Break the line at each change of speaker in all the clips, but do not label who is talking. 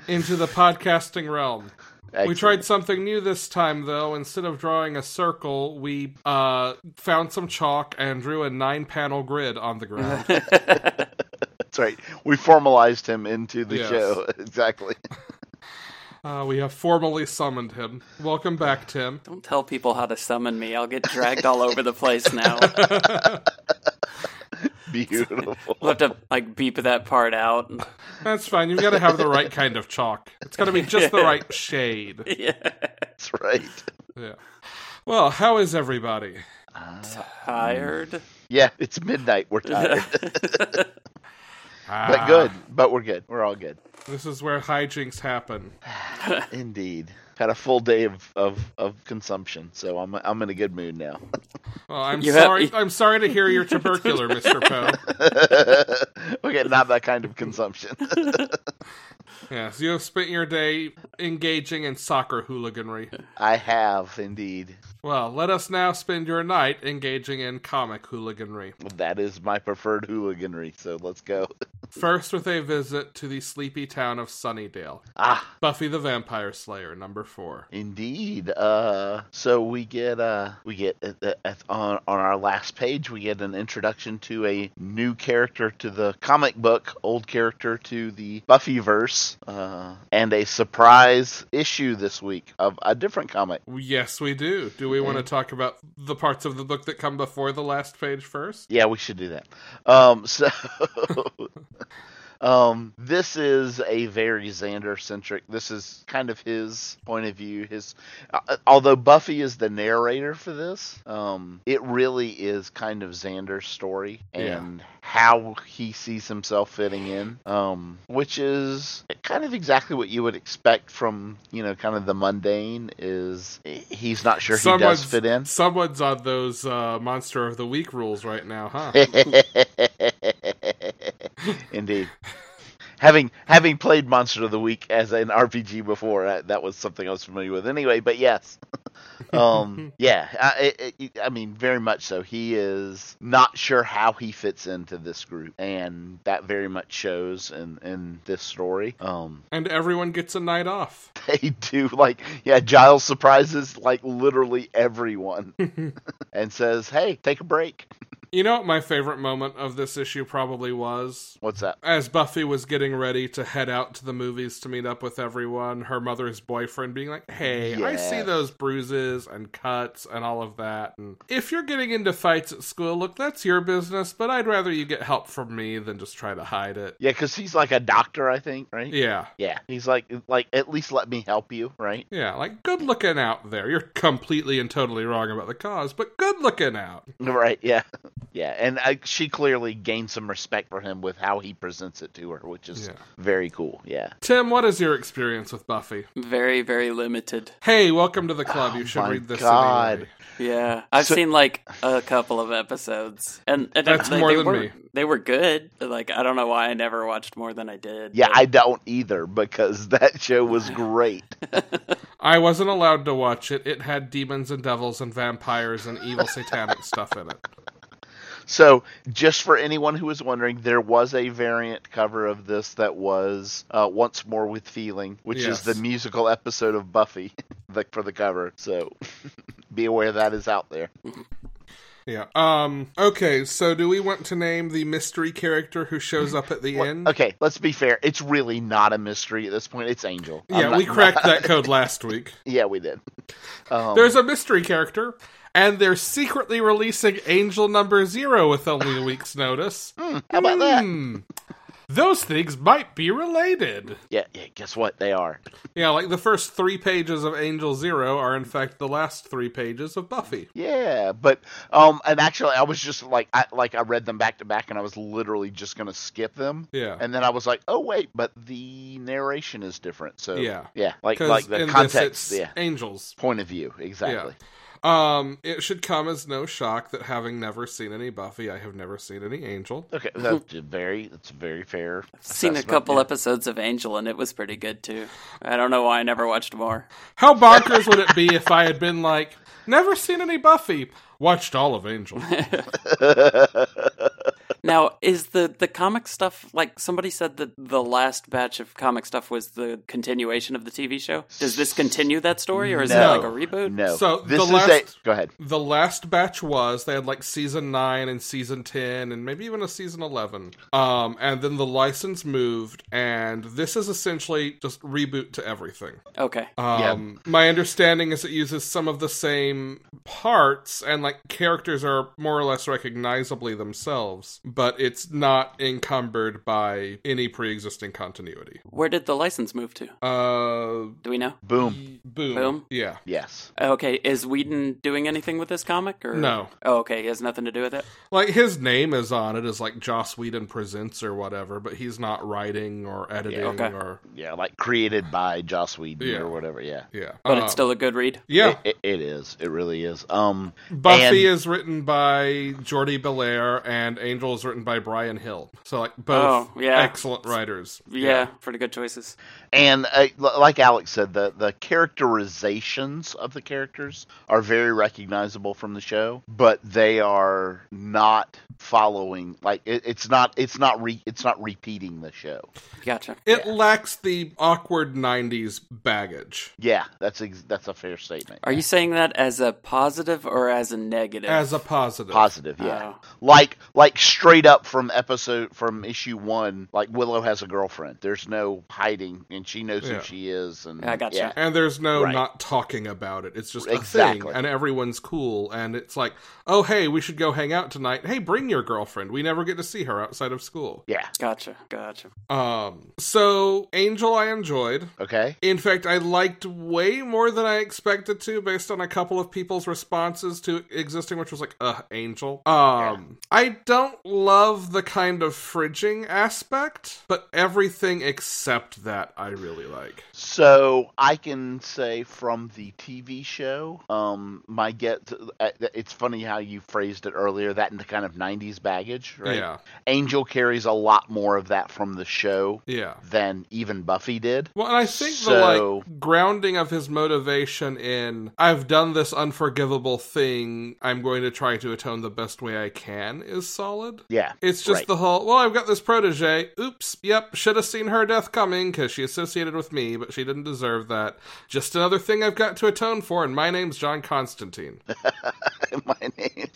into the podcasting realm. We
Excellent.
tried something new this time though. Instead of drawing a circle, we uh, found some chalk and drew a nine panel grid on the ground.
That's right. We formalized him into the
Yes.
show. Exactly.
Uh, we have formally summoned him. Welcome back, Tim.
Don't tell people how to summon me. I'll get dragged all over the place now.
Beautiful.
We'll have to like beep that part out.
That's fine. You've got to have the right kind of chalk. It's got to be just the right shade.
Yeah.
That's right.
Yeah. Well, how is everybody?
Tired.
Yeah, it's midnight. We're tired,
Ah,
but good. But we're good. We're all good.
This is where hijinks happen.
Indeed. Had a full day of, of, of consumption, so I'm I'm in a good mood now.
Well, I'm
You have-
sorry. I'm sorry to hear you're tubercular, Mr. Poe.
okay, not that kind of consumption.
Yes, you have spent your day engaging in soccer hooliganry.
I have indeed.
Well, let us now spend your night engaging in comic hooliganry.
That is my preferred hooliganry, so let's go.
First, with a visit to the sleepy town of Sunnydale.
Ah,
Buffy the Vampire Slayer, number four.
indeed. Uh, so we get uh, we get at, the- at, on on our last page we get an introduction to a new character to the comic book, old character to the Buffyverse, uh, and a surprise issue this week of a different comic.
Yes, we do. Do we want
Mm.
to talk about the parts of the book that come before the last page first?
Yeah, we should do that. Um, so, um, this is a very Xander centric. This is kind of his point of view. His, uh, although Buffy is the narrator for this, um, it really is kind of Xander's story
Yeah.
and how he sees himself fitting in. Um, which is kind of exactly what you would expect from you know, kind of the mundane. Is eh, he's not sure he does fit in.
Someone's on those uh, Monster of the Week rules right now, huh?
Indeed. having having played Monster of the Week as an RPG before, I, that was something I was familiar with. Anyway, but yes, um, yeah, I, I- I, I mean, very much so. He is not sure how he fits into this group, and that very much shows in in this story. Um,
and everyone gets a night off.
they do like yeah giles surprises like literally everyone and says hey take a break
You know what my favorite moment of this issue probably was?
what's that
As Buffy was getting ready to head out to the movies to meet up with everyone, her mother's boyfriend being like, Hey, I see
Yes.
those bruises and cuts and all of that. And if you're getting into fights at school, look, that's your business, but I'd rather you get help from me than just try to hide it.
Yeah, because he's like a doctor, I think, right?
Yeah.
Yeah, he's like, like at least let me help you, right?
Yeah, like good looking out there. You're completely and totally wrong about the cause, but good looking out.
Right, yeah, yeah. And I, she clearly gained some respect for him with how he presents it to her, which is
Yeah.
very cool. Yeah,
Tim, what is your experience with Buffy?
Very, very limited.
Hey, welcome to the club.
Oh
you should
my
read this.
God.
anyway.
Yeah. I've
So-
seen like a couple of episodes. And, and
That's
they,
more
they
than
were,
me.
They were good. Like I don't know why I never watched more than I did.
yeah. I don't either because that show was great.
I wasn't allowed to watch it. It had demons and devils and vampires and evil satanic stuff in it.
So, just for anyone who was wondering, there was a variant cover of this that was uh, "Once More with Feeling," which
Yes.
is the musical episode of Buffy the, for the cover. So, be aware that is out there.
Yeah. Um. Okay. So, do we want to name the mystery character who shows up at the
Well,
end?
okay, let's be fair. It's really not a mystery at this point. It's Angel. I'm
Yeah,
not-
we cracked that code last week.
Yeah, we did. Um,
There's a mystery character, and they're secretly releasing Angel Number Zero with only a week's notice.
how about that?
Hmm. Those things might be related.
Yeah, yeah. Guess what? They are.
Yeah, like the first three pages of Angel Zero are, in fact, the last three pages of Buffy.
Yeah, but um, and actually, I was just like, I like I read them back to back, and I was literally just gonna skip them,
Yeah.
and then I was like, oh wait, but the narration is different. So
Yeah.
yeah, like
'Cause
like
in
the
this,
context,
it's
yeah,
Angels.
point of view, exactly.
Um, it should come as no shock that having never seen any Buffy, I have never seen any Angel.
Okay, that's a very that's a very fair.
Seen a
assessment,
couple
yeah.
episodes of Angel and it was pretty good too. I don't know why I never watched more.
How bonkers would it be if I had been like, never seen any Buffy, watched all of Angel?
Now, is the the comic stuff like somebody said that the last batch of comic stuff was the continuation of the TV show? Does this continue that story or is
No.
it like a reboot?
no,
So,
this
the
is
last-
a go ahead.
The last batch was they had like season nine and season ten and maybe even a season eleven. Um, and then the license moved, and this is essentially just reboot to everything.
Okay.
Um, My understanding is it uses some of the same parts, and like characters are more or less recognizably themselves, but it's not encumbered by any pre-existing continuity.
Where did the license move to?
Uh,
Do we know?
Boom.
boom,
Boom?
yeah.
Yes.
Okay, is Whedon doing anything with this comic or
No.
Oh, okay, he has nothing to do with it.
Like his name is on it as like Joss Whedon presents or whatever, but he's not writing or editing
okay.
or
Yeah, like created by Joss Whedon
Yeah.
or whatever. Yeah.
yeah.
But
Um,
it's still a good read.
yeah.
It, it, it is. It really is. Um,
Buffy
and-
is written by Jordi Belair and Angel is written by Brian Hill. So like both
Oh, yeah.
excellent writers.
Yeah, pretty good choices.
And uh, l- like Alex said, the, the characterizations of the characters are very recognizable from the show, but they are not following like it, it's not it's not re, it's not repeating the show.
Gotcha.
It
Yeah.
lacks the awkward '90s baggage
Yeah, that's ex- that's a fair statement.
Are you saying that as a positive or as a negative?
as a positive.
Positive, yeah.
Oh.
Like like straight up from episode from issue one, like Willow has a girlfriend. There's no hiding, and she knows
Yeah.
who she is. And
I gotcha.
yeah,
and there's no
Right.
not talking about it. It's just a
Exactly.
thing, and everyone's cool. And it's like, oh hey, we should go hang out tonight. Hey, bring your girlfriend. We never get to see her outside of school.
yeah.
Gotcha. Gotcha.
Um, so Angel, I enjoyed.
Okay.
In fact, I liked way more than I expected to based on a couple of people's responses to existing, which was like, uh, Angel. Um, I don't love the kind of fridging aspect, but everything except that I really like.
So I can say from the TV show, um, my get. uh, It's funny how you phrased it earlier. That in the kind of '90s baggage, right?
Yeah.
Angel carries a lot more of that from the show
Yeah.
than even Buffy did.
Well, and I think the
So-
like grounding of his motivation in I've done this unforgivable thing, I'm going to try to atone the best way I can is solid.
Yeah,
It's just
Right.
the whole, well, I've got this protege. Oops, yep, should have seen her death coming because she associated with me, but she didn't deserve that. Just another thing I've got to atone for, and my name's John Constantine.
my name.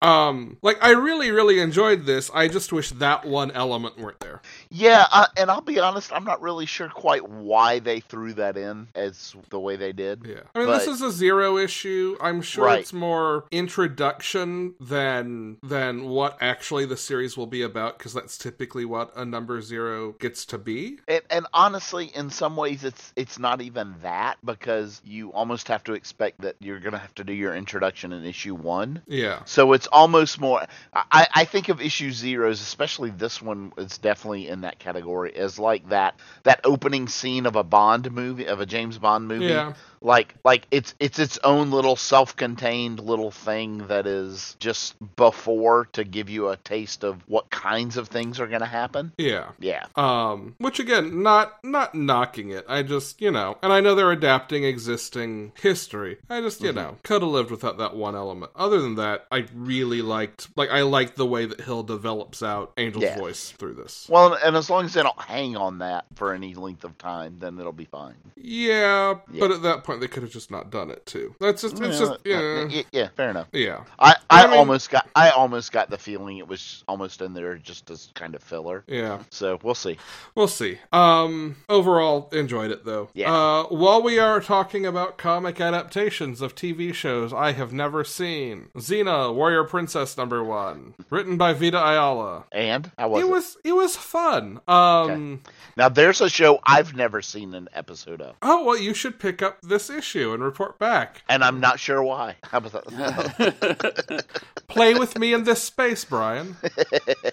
um, like, I really, really enjoyed this. I just wish that one element weren't there.
Yeah, uh, and I'll be honest, I'm not really sure quite why they threw that in as the way they did.
Yeah. I mean,
But-
this is a zero issue. I'm sure
Right.
it's more introduction than than what actually the series will be about because that's typically what a number zero gets to be.
And, and honestly, in some ways, it's it's not even that because you almost have to expect that you're gonna have to do your introduction in issue one.
Yeah.
So it's almost more. I, I think of issue zeros, especially this one, is definitely in that category. As like that that opening scene of a Bond movie, of a James Bond movie.
Yeah.
Like like it's it's its own little self-contained little thing that is just before to give you a taste of what kinds of things are going to happen.
Yeah.
Yeah.
Um, which again, not not knocking it. I just you know, and I know they're adapting existing history. I just
Mm-hmm.
you know could have lived without that one element. Other than that, I really liked like I liked the way that Hill develops out Angel's
Yeah.
voice through this.
Well, and as long as they don't hang on that for any length of time, then it'll be fine.
Yeah,
Yeah.
but at that point they could have just not done it too. That's just it's
Yeah,
just
yeah,
yeah
yeah, yeah, fair enough.
yeah.
I, I,
I mean-
almost got I almost got the feeling it was almost in there just as kind of filler.
Yeah,
So we'll see.
we'll see. Um, overall, enjoyed it though.
Yeah.
Uh, while we are talking about comic adaptations of TV shows I have never seen, Xena, Warrior Princess number one, written by Vita Ayala.
And how was
It
it?
was it was fun. Um,
Now there's a show I've never seen an episode of,
oh well, you should pick up this issue and report back.
and I'm not sure why. How about that?
Play with me in this space, Brian.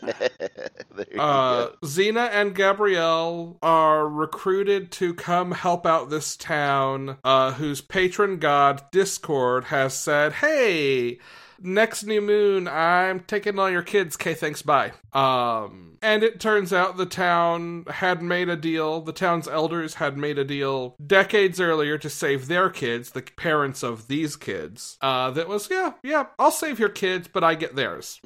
There you
Uh,
go.
Xena and Gabrielle are recruited to come help out this town, uh, whose patron god Discord has said, "Hey." Next new moon, I'm taking all your kids. Okay, thanks, bye. Um, and it turns out the town had made a deal. The town's elders had made a deal decades earlier to save their kids, the parents of these kids. Uh, that was yeah, yeah. I'll save your kids, but I get theirs.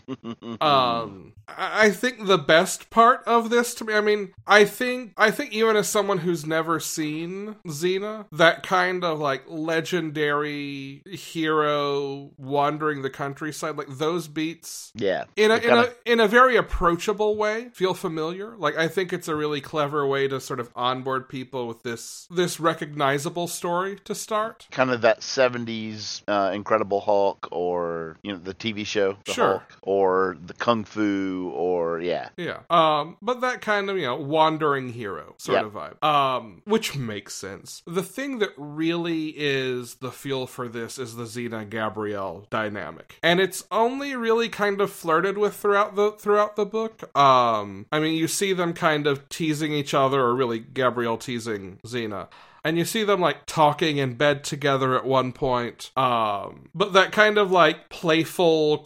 Um, I I think the best part of this to me, I mean, I think, I think even as someone who's never seen Xena, that kind of like legendary hero wandering the countryside, like those beats
yeah.
in a,
It
in
kinda-
a in a very approachable way feel familiar like i think it's a really clever way to sort of onboard people with this this recognizable story to start
kind of that 70s uh, Incredible Hulk or you know the TV show the
Sure.
Hulk or the Kung Fu or yeah
Yeah. Um, but that kind of, you know, wandering hero sort
Yeah.
of vibe. Um, which makes sense. The thing that really is the fuel for this is the Xena Gabrielle dynamic. And it's only really kind of flirted with throughout the throughout the book. Um, I mean you see them kind of teasing each other or really Gabrielle teasing Xena and you see them like talking in bed together at one point um but that kind of like playful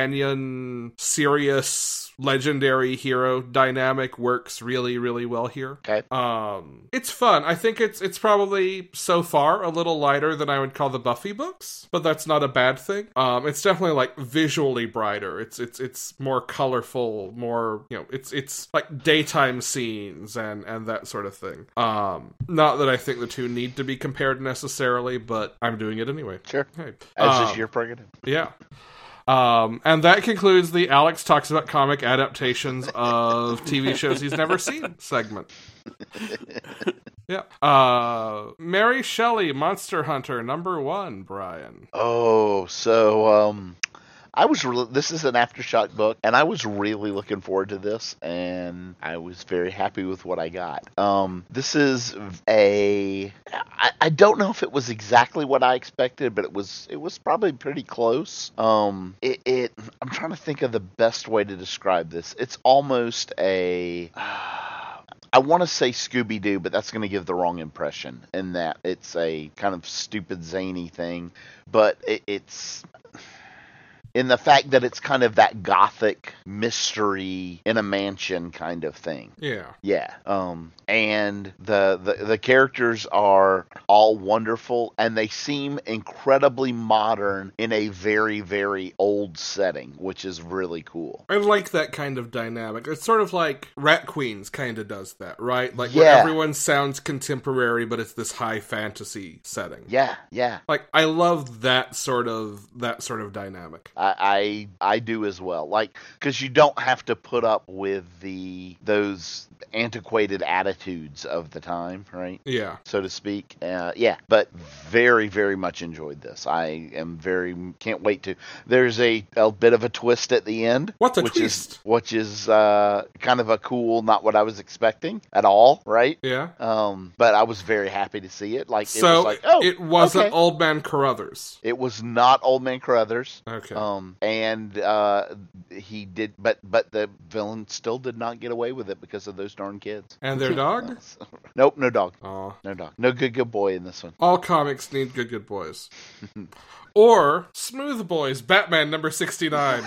companion serious legendary hero dynamic works really really well here
okay
um it's fun i think it's it's probably so far a little lighter than i would call the buffy books but that's not a bad thing um it's definitely like visually brighter it's it's it's more colorful more you know it's it's like daytime scenes and and that sort of thing um not that i think the two need to be compared necessarily but i'm doing it anyway
sure
Hey,
as
um,
is your prerogative
yeah. Um, and that concludes the Alex talks about comic adaptations of TV shows he's never seen segment. Yeah. Uh, Mary Shelley, Monster Hunter, number one, Brian.
oh so um I was re- this is an aftershock book and I was really looking forward to this and I was very happy with what I got um this is a I, I don't know if it was exactly what I expected but it was it was probably pretty close um it, it I'm trying to think of the best way to describe this it's almost a I want to say Scooby Doo, but that's going to give the wrong impression in that it's a kind of stupid, zany thing. But it, it's in the fact that it's kind of that gothic mystery in a mansion kind of thing.
Yeah.
Yeah. Um, and the, the the characters are all wonderful, and they seem incredibly modern in a very very old setting, which is really cool.
I like that kind of dynamic. It's sort of like Rat Queens kind of does that, right? Like
Yeah.
where everyone sounds contemporary, but it's this high fantasy setting.
Yeah. Yeah.
Like I love that sort of that sort of dynamic.
I, I I do as well. Like because you don't have to put up with the those antiquated attitudes of the time, right?
Yeah.
So to speak. Uh, yeah, but very very much enjoyed this. I am very can't wait to. There's a, a bit of a twist at the end.
What a
which Is,
twist.
which is uh, kind of a cool, not what I was expecting at all, right?
Yeah.
Um, but I was very happy to see it. Like it
so
was like oh,
it wasn't
okay.
Old Man Carruthers.
it was not Old Man Carruthers.
Okay.
Um, and uh, he did, but but the villain still did not get away with it because of those darn kids.
and their dog?
nope, no dog,
Aw.
no dog, no good good boy in this one.
All comics need good, good boys. or Smooth Boys, Batman number 69.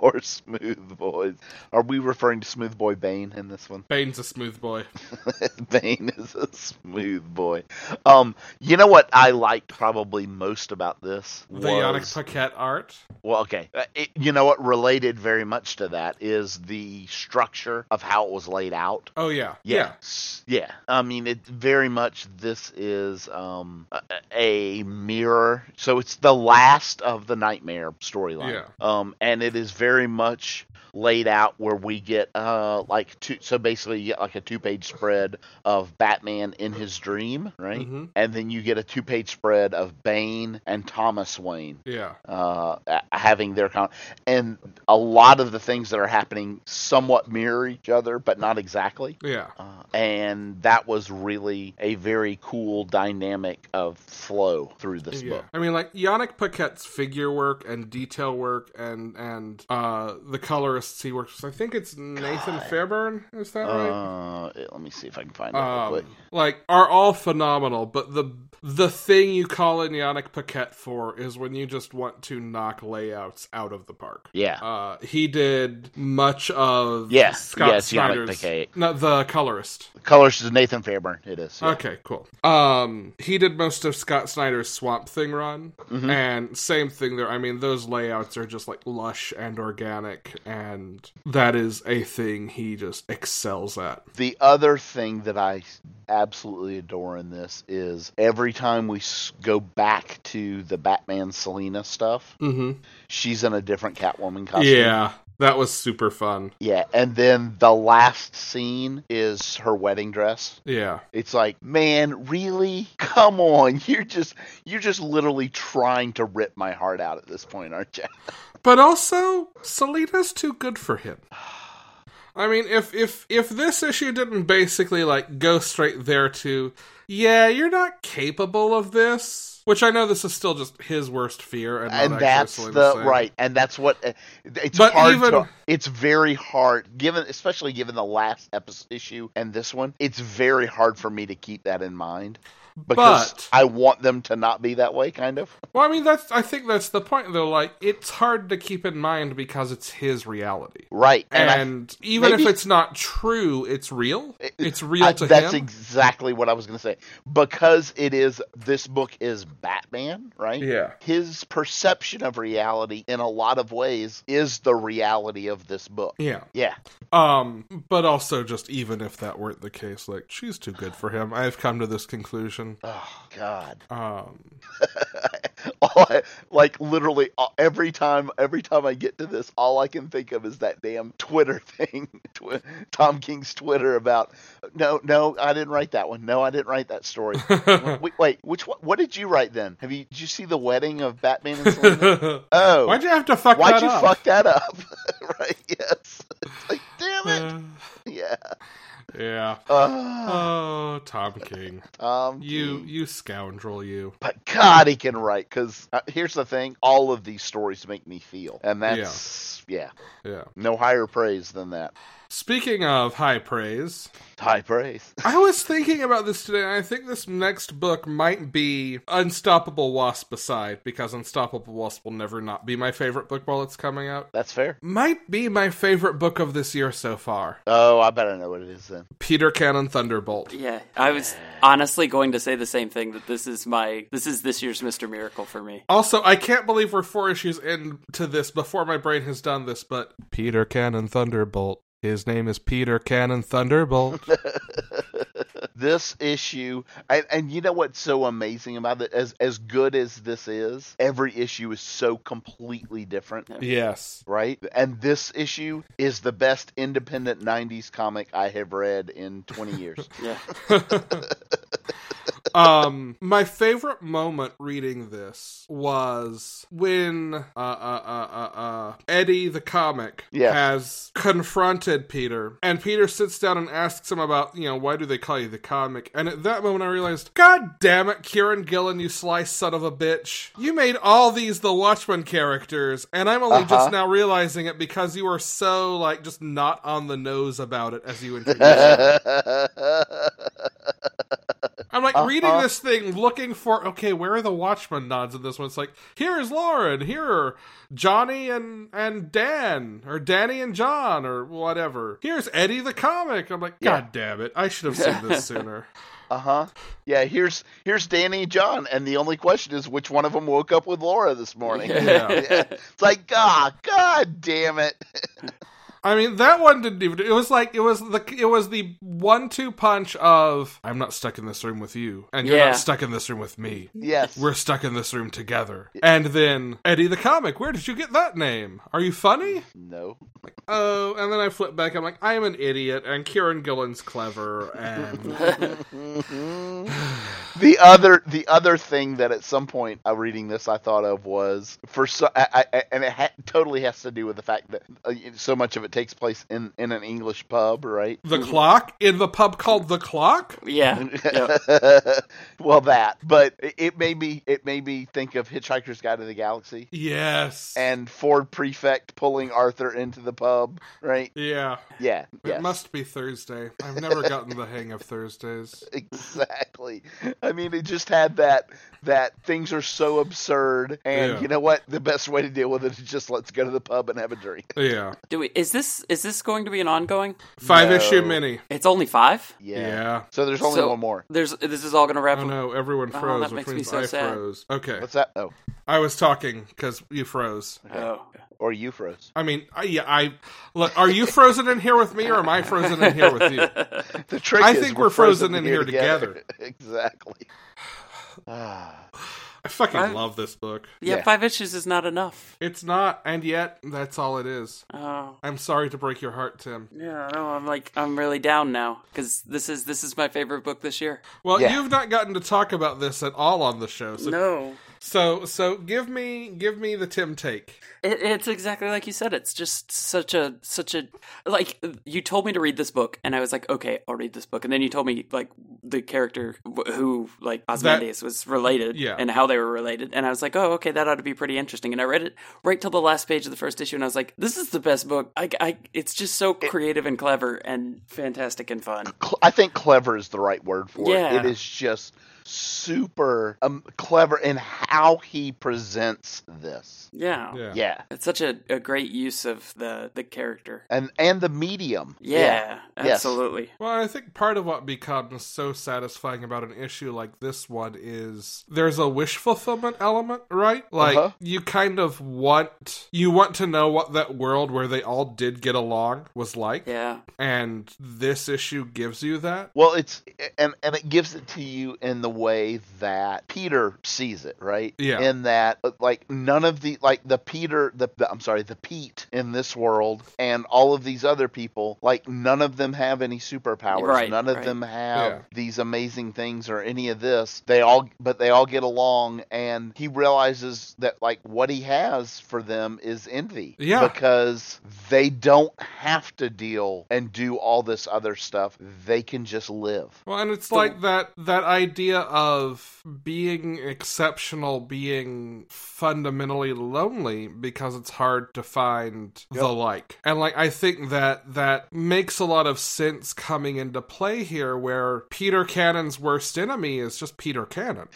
were smooth boys. Are we referring to Smooth Boy Bane in this one?
Bane's a smooth boy.
Bane is a smooth boy. Um, you know what I liked probably most about this?
The Yannick
was-
Paquette art.
well, okay. Uh, It, you know what related very much to that is the structure of how it was laid out.
Oh yeah.
Yeah. S- Yeah. I mean, it very much this is um a, a mirror. So it's the last of the nightmare storyline.
Yeah.
Um and it is very much laid out where we get uh like two so basically you get like a two-page spread of Batman in his dream, right?
Mhm.
And then you get a two-page spread of Bane and Thomas Wayne
Yeah.
uh, a- having their con- and a lot of the things that are happening somewhat mirror each other, but not exactly.
Yeah.
Uh, and that was really a very cool dynamic of flow through this
Yeah.
book.
I mean, like Yannick Paquette's figure work and detail work, and and uh, the colorists he works with. I think it's Nathan
God.
Fairburn. Is that right?
Uh, let me see if I can find it real
Um,
quick.
like are all phenomenal, but the the thing you call in Yannick Paquette for is when you just want to knock layouts out of the park.
Yeah.
Uh, he did much of
Yeah,
Scott
yeah, it's Yannick
Snyder's
Paquette.
no, the colorist.
Colors is Nathan Fairburn. It is. yeah.
Okay, cool. Um, he did most of Scott Snyder's Swamp Thing run,
Mhm.
and same thing there. I mean, those layouts are just like lush and organic, and that is a thing he just excels at.
The other thing that I absolutely adore in this is every time we s- go back to the Batman Selena stuff,
hmm
she's in a different Catwoman costume.
Yeah, that was super fun.
Yeah, and then the last scene is her wedding dress.
Yeah,
It's like, man, really? Come on, you're just you're just literally trying to rip my heart out at this point, aren't you?
but also Selena's too good for him. I mean, if if if this issue didn't basically like go straight there to, yeah, you're not capable of this. Which I know this is still just his worst fear, and, not
and
actually
that's
Selena's
the
saying.
right, and that's what uh, it's
But
hard.
even-
to, it's very hard, given especially given the last episode issue and this one. It's very hard for me to keep that in mind because
But-
I want them to not be that way, kind of.
Well, I mean, that's I think that's the point though. Like, it's hard to keep in mind because it's his reality,
Right,
and,
I
even
maybe-
if it's not true, it's real.
It-
It's real
I-
to
that's
him.
exactly what I was going to say. Because it is this book is Batman, right?
yeah,
His perception of reality in a lot of ways is the reality of this book.
yeah.
Yeah.
Um, but also just even if that weren't the case, like she's too good for him. I've come to this conclusion.
Oh god.
Um,
All I, like literally all- every time every time I get to this all I can think of is that damn Twitter thing. Twi- Tom King's Twitter about no, no, I didn't write that one. No, I didn't write that story. wait, wait, which one, what did you write then? Have you did you see the wedding of Batman and Selena?
why'd
Oh,
you have to fuck
why'd
that
you
up?
fuck that up? right? Yes. It's like, damn it.
Uh,
yeah.
yeah.
Uh,
Oh, Tom King,
um,
you
hmm.
you scoundrel, you.
But God, he can write. Because uh, here's the thing: all of these stories make me feel, and that's yeah,
Yeah.
no higher praise than that.
Speaking of high praise,
High praise.
I was thinking about this today, and I think this next book might be Unstoppable Wasp aside, because Unstoppable Wasp will never not be my favorite book while it's coming out.
That's fair.
Might be my favorite book of this year so far
Oh, I better know what it is then.
Peter Cannon Thunderbolt.
Yeah, I was honestly going to say the same thing that this is my this is this year's Mr. Miracle for me.
Also, I can't believe we're four issues into this before my brain has done this, but Peter Cannon Thunderbolt. His name is Peter Cannon Thunderbolt.
This issue, and, and you know what's so amazing about it? As as good as this is, every issue is so completely different.
yes.
right? And this issue is the best independent 90s comic I have read in 20 years.
Yeah,
um my favorite moment reading this was when uh uh uh uh, uh eddie the comic
Yes.
has confronted peter and peter sits down and asks him about you know why do they call you the comic and at that moment i realized god damn it kieran gillen you sly son of a bitch you made all these the watchman characters and i'm only
Uh-huh.
just now realizing it because you were so like just not on the nose about it as you introduced it I'm like
Uh,
reading
uh.
this thing, looking for okay, where are the Watchmen nods in this one? It's like here is Lauren, here are Johnny and and Dan, or Danny and John, or whatever. Here's Eddie the comic. I'm like,
Yeah.
God damn it, I should have seen this sooner.
Uh huh. Yeah. Here's here's Danny and John, and the only question is which one of them woke up with Laura this morning.
Yeah.
It's like, God, God damn it.
I mean, that one didn't even. It was like it was the it was the one-two punch of I'm not stuck in this room with you, and you're
Yeah.
not stuck in this room with me.
yes.
We're stuck in this room together. And then Eddie the comic. Where did you get that name? Are you funny?
no.
Oh, and then I flip back. I'm like, I'm an idiot, and Kieran Gillen's clever, and
the other the other thing that at some point uh, reading this I thought of was for so I, I, and it ha- totally has to do with the fact that uh, so much of it takes place in in an English pub, right?
the clock in the pub called the Clock.
Yeah. yeah.
well, that, but it, it made me it made me think of Hitchhiker's Guide to the Galaxy
Yes.
and Ford Prefect pulling Arthur into the pub, right?
yeah,
Yeah,
it
yes.
must be Thursday. I've never gotten the hang of Thursdays.
exactly. I mean, it just had that that things are so absurd, and
Yeah.
you know what? The best way to deal with it is just let's go to the pub and have a drink.
Yeah,
Do we? Is this is this going to be an ongoing?
five
No.
issue mini.
It's only five.
Yeah.
Yeah.
So there's only
So-
one more.
There's this is all going to wrap
Oh
up.
no, everyone
Oh,
froze,
that
which
makes me
means
so
I
sad.
froze. Okay,
What's that? Oh,
I was talking because you froze.
Oh.
or you froze.
I mean, I, yeah, I look. Are you frozen in here with me, or am I frozen in here with you?
The trick
I
is
think we're frozen in here
exactly. Ah.
I fucking
Right.
love this book.
Yeah,
Yeah.
five issues is not enough.
It's not, and yet that's all it is.
Oh.
I'm sorry to break your heart, Tim.
Yeah, no, I'm like I'm really down now because this is this is my favorite book this year.
Well,
Yeah.
you've not gotten to talk about this at all on the show. So,
No,
so, so give me, give me the Tim take.
It, it's exactly like you said. It's just such a such a like you told me to read this book, and I was like, okay, I'll read this book. And then you told me like the character wh- who like Ozymandias was related,
Yeah.
and how they were related. And I was like, oh, okay, that ought to be pretty interesting. And I read it right till the last page of the first issue, and I was like, this is the best book. I, I it's just so creative and clever and fantastic and fun.
Cl- I think clever is the right word for
Yeah.
it. It is just super um, clever in how he presents this.
Yeah,
Yeah.
Yeah.
it's such a, a great use of the the character.
And and the medium.
Yeah,
Yes.
absolutely.
Well, I think part of what becomes so satisfying about an issue like this one is there's a wish fulfillment element, right? Like
Uh-huh.
you kind of want you want to know what that world where they all did get along was like,
Yeah,
and this issue gives you that.
Well, it's and and it gives it to you in the way that Peter sees it, right?
Yeah.
In that, like, none of the like the Peter, the, the I'm sorry, the Pete in this world, and all of these other people, like, none of them have any superpowers.
Right,
none of
right.
them have
Yeah.
these amazing things or any of this. They all, but they all get along, and he realizes that like what he has for them is envy.
Yeah.
Because they don't have to deal and do all this other stuff. They can just live.
Well, and it's
The-
like that that idea of being exceptional being fundamentally lonely because it's hard to find the like. And like I think that that makes a lot of sense coming into play here where Peter Cannon's worst enemy is just Peter Cannon.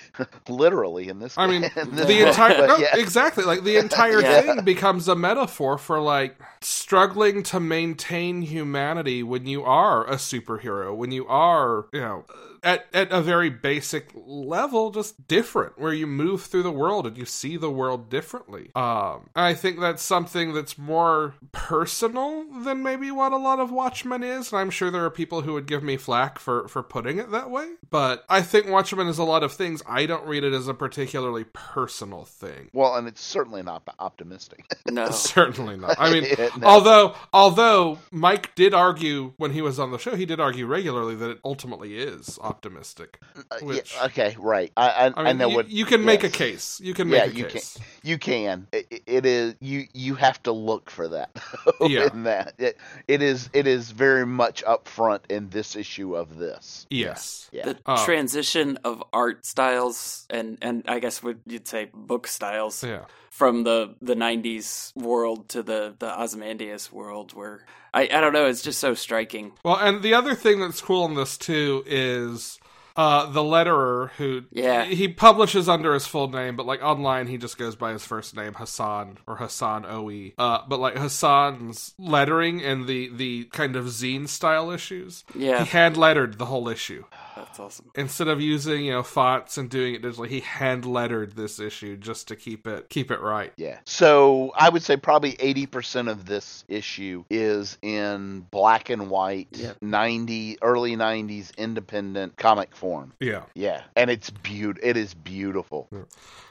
Literally in this
I mean,
in this
the
book,
entire
but
no,
yeah.
exactly like the entire
Yeah.
thing becomes a metaphor for like struggling to maintain humanity when you are a superhero, when you are you know at at a very basic level, just different, where you move through the world and you see the world differently. Um, I think that's something that's more personal than maybe what a lot of Watchmen is, and I'm sure there are people who would give me flack for for putting it that way. But I think Watchmen is a lot of things. I don't read it as a particularly personal thing.
Well, and it's certainly not optimistic.
no.
Certainly not. I mean,
No.
although although Mike did argue when he was on the show, he did argue regularly that it ultimately is optimistic.
Uh, yeah,
which-
okay, right. I I,
I
I
mean,
know
you,
what
you can make a
yes.
case. You can
Yeah,
make a
you
case.
You can. I- i it is you. You have to look for that.
Yeah.
in that it, it is. It is very much up front in this issue of this.
Yes.
Yeah.
the
Oh.
transition of art styles and and I guess would you'd say book styles
Yeah.
from the the 90s world to the the Ozymandias world where I I don't know it's just so striking.
Well, and the other thing that's cool in this too is uh, the letterer who
Yeah.
he publishes under his full name, but like online he just goes by his first name Hassan or Hassan Oe. Uh, but like Hassan's lettering and the the kind of zine style issues,
Yeah,
he hand lettered the whole issue
that's awesome.
instead of using you know fonts and doing it digitally. He hand lettered this issue just to keep it keep it right.
Yeah. So I would say probably 80% of this issue is in black and white,
Yep.
90 early 90s independent comic form.
Yeah.
Yeah. And it's beaut it is beautiful.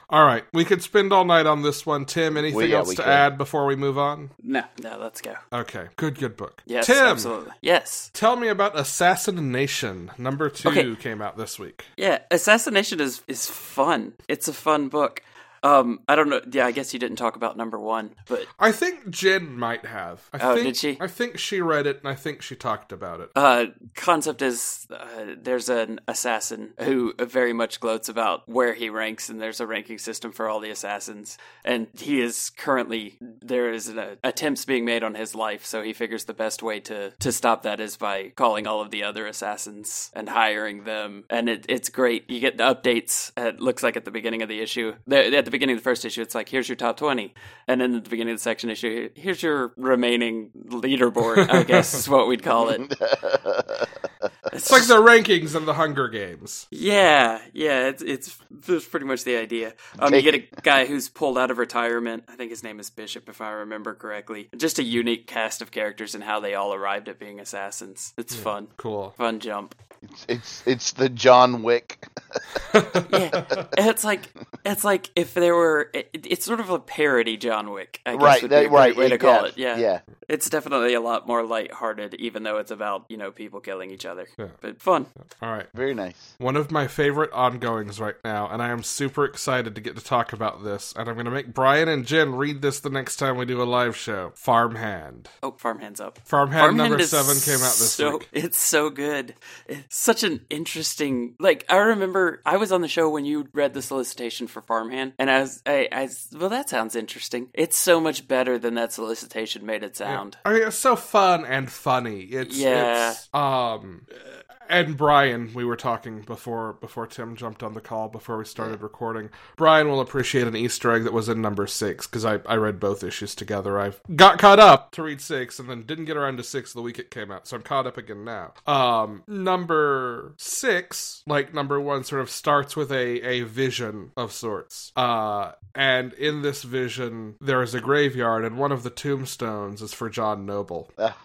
All right, we could spend all night on this one, Tim. Anything
yeah,
else
we
to
could.
add before we move on?
No, no, let's go.
Okay, good, good book.
Yes,
Tim.
absolutely. Yes.
Tell me about Assassination. Number two
Okay.
came out this week.
Yeah, Assassination is is fun. It's a fun book. Um, I don't know. Yeah, I guess you didn't talk about number one, but
I think Jen might have. I
Oh,
think,
did she?
I think she read it, and I think she talked about it.
uh, concept is uh, there's an assassin who very much gloats about where he ranks, and there's a ranking system for all the assassins. And he is currently there is an, uh, attempts being made on his life, so he figures the best way to to stop that is by calling all of the other assassins and hiring them. And it, it's great. You get the updates. uh, It looks like at the beginning of the issue, the, at the beginning of the first issue, it's like here's your top twenty, and then at the beginning of the second issue, here's your remaining leaderboard. I guess is what we'd call it.
It's like the rankings in the Hunger Games.
Yeah, yeah, it's it's that's pretty much the idea. Um, you
Take-
get a guy who's pulled out of retirement. I think his name is Bishop, if I remember correctly. Just a unique cast of characters and how they all arrived at being assassins. It's fun,
Cool.
fun jump.
It's it's it's the John Wick.
Yeah, it's like it's like if there were. It, it's sort of a parody John Wick. I guess
right,
would be a
that,
great
right.
way to call it.
Yeah.
it's definitely a lot more lighthearted, even though it's about you know people killing each other.
Yeah.
But fun.
All right.
Very nice.
One of my favorite ongoings right now, and I am super excited to get to talk about this. And I'm going to make Brian and Jen read this the next time we do a live show. Farmhand.
Oh, farm hands up.
Farmhand
Farmhand
number
is
seven came out this
so,
week.
It's so good. It's such an interesting. Like I remember, I was on the show when you read the solicitation for Farmhand, and I was, I, I was- well, that sounds interesting. It's so much better than that solicitation made it sound.
I mean, it's so fun and funny. It's,
Yeah.
it's um, and Brian, we were talking before before Tim jumped on the call before we started recording. Brian will appreciate an Easter egg that was in number six because I I read both issues together. I got caught up to read six and then didn't get around to six the week it came out, so I'm caught up again now. Um, number six, like number one, sort of starts with a a vision of sorts. Uh, and in this vision, there is a graveyard, and one of the tombstones is for John Noble
Ah,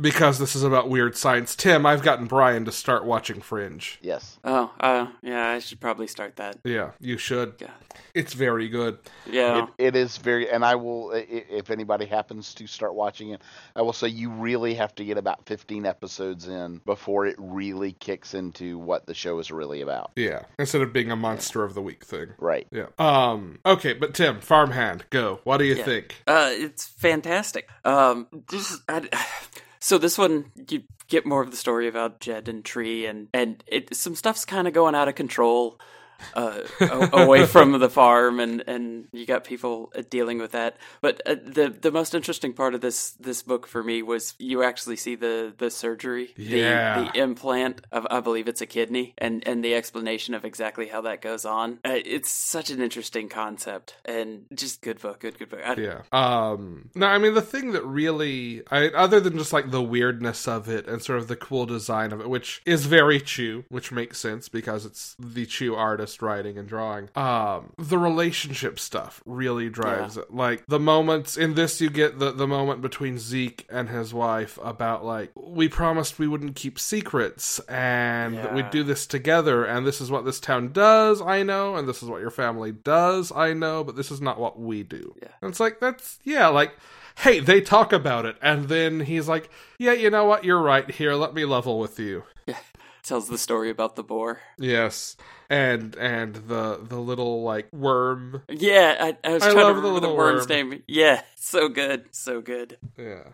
because this is about weird science. Tim, I've gotten Brian to start watching Fringe.
yes.
Oh, uh, yeah, I should probably start that.
Yeah, you should.
Yeah.
It's very good.
Yeah,
It, it is very, and I will. i- i- If anybody happens to start watching it, I will say you really have to get about 15 episodes in before it really kicks into what the show is really about.
Yeah, instead of being a monster of the week thing.
Right.
Yeah. Um. Okay, but Tim, farmhand, go. What do you
Yeah.
think?
Uh, it's fantastic. Um, this, I, so this one you get more of the story about Jed and Tree, and and it, some stuff's kind of going out of control, uh, a- away from the farm, and and you got people uh, dealing with that. But uh, the the most interesting part of this this book for me was you actually see the the surgery, the-
Yeah.
the implant of I believe it's a kidney and and the explanation of exactly how that goes on. Uh, it's such an interesting concept and just good book, good good book. I,
Yeah. Um. No, I mean the thing that really, I other than just like the weirdness of it and sort of the cool design of it, which is very Chew, which makes sense because it's the Chew artist writing and drawing. Um, the relationship stuff really drives it. Like the moments in this, you get the the moment between Zeke and his wife about like we promised we wouldn't keep secrets and that we'd
Yeah.
do this together and this is what this town does. I know, and this is what your family does. I know, but this is not what we do. And it's like, that's, yeah, like, hey, they talk about it. And then he's like, yeah, you know what? You're right. Here, let me level with you.
tells the story about the boar.
Yes. And, and the, the little, like, worm.
Yeah, I, I was
I love
trying to
the
remember the,
little
worm's
worm.
name. Yeah, so good, so good.
Yeah.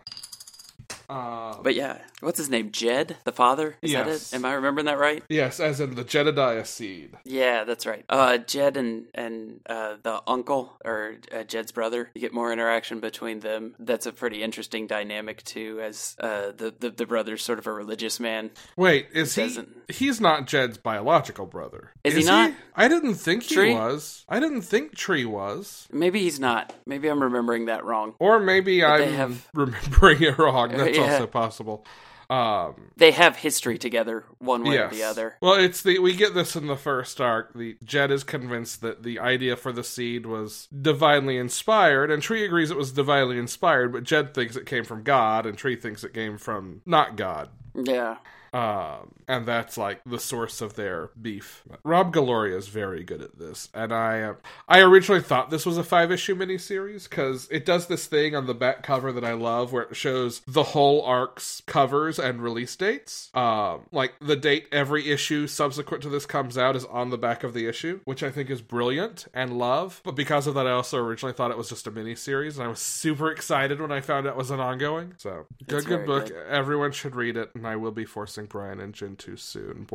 Uh,
But yeah, what's his name? Jed, the father. Is
Yes.
that it? Am I remembering that right?
yes, as in the Jedediah seed.
Yeah, that's right. Uh, Jed and and uh, the uncle or uh, Jed's brother. You get more interaction between them. That's a pretty interesting dynamic too, as uh, the, the the brother's sort of a religious man.
Wait, is
It
he?
doesn't-
He's not Jed's biological brother.
Is he not?
I didn't think
Tree?
he was. I didn't think Tree was.
Maybe he's not. Maybe I'm remembering that wrong.
Or maybe
But they
I'm
have-
remembering it wrong.
Uh,
That's
yeah.
also possible. Um,
They have history together, one way
yes.
or the other.
Well, it's the we get this in the first arc. The Jed is convinced that the idea for the seed was divinely inspired, and Tree agrees it was divinely inspired, but Jed thinks it came from God, and Tree thinks it came from not God.
Yeah.
Um, and that's like the source of their beef. Rob Galoria is very good at this, and I uh, I originally thought this was a five issue miniseries because it does this thing on the back cover that I love, where it shows the whole arc's covers and release dates. Um, like the date every issue subsequent to this comes out is on the back of the issue, which I think is brilliant and love. But because of that, I also originally thought it was just a miniseries, and I was super excited when I found out it was an ongoing. So
That's
good, good
very
book.
good.
Everyone should read it, and I will be forcing Brian and Jin to soon.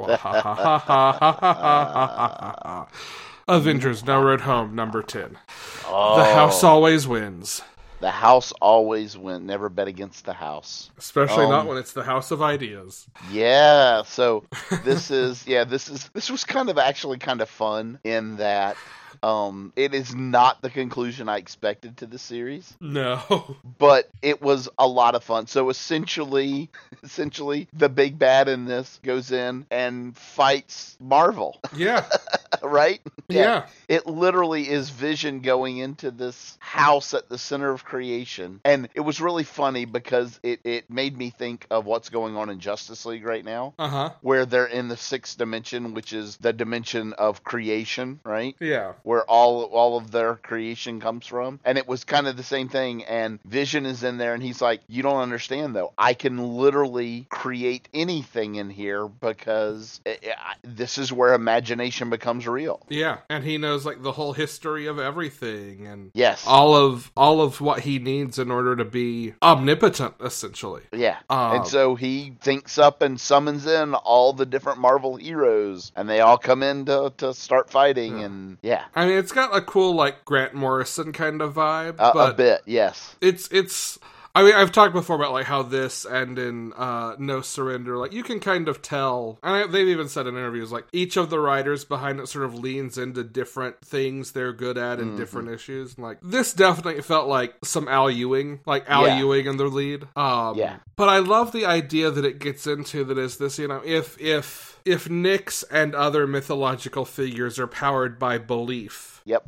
Avengers: No Road Home, number ten.
Oh,
The house always wins,
the house always win. Never bet against the house.
especially not
Um,
when it's the house of ideas.
Yeah. So this is yeah. This is this was kind of actually kind of fun in that um it is not the conclusion I expected to the series,
No,
but it was a lot of fun. So essentially, essentially the big bad in this goes in and fights Marvel,
yeah,
right?
yeah,
It literally is Vision going into this house at the center of creation. And it was really funny because it, it made me think of what's going on in Justice League right now,
uh huh,
where they're in the sixth dimension, which is the dimension of creation, right?
yeah,
Where all all of their creation comes from. And it was kind of the same thing. And Vision is in there and he's like, You don't understand though. I can literally create anything in here because i I, this is where imagination becomes real.
yeah. And he knows like the whole history of everything, and
Yes.
all of all of what he needs in order to be omnipotent, essentially.
Yeah.
Um,
and so he thinks up and summons in all the different Marvel heroes, and they all come in to, to start fighting.
Yeah.
And yeah,
I mean, it's got a cool like Grant Morrison kind of vibe,
a,
but
a bit, yes.
it's it's I mean, I've talked before about like how this and in uh, No Surrender, like you can kind of tell, and I, they've even said in interviews, like each of the writers behind it sort of leans into different things they're good at and
Mhm.
different issues. And, like this definitely felt like some Al Ewing, like Al
Yeah.
Ewing in the lead. Um,
Yeah.
But I love the idea that it gets into that is this, you know, if if if Nyx and other mythological figures are powered by belief,
Yep.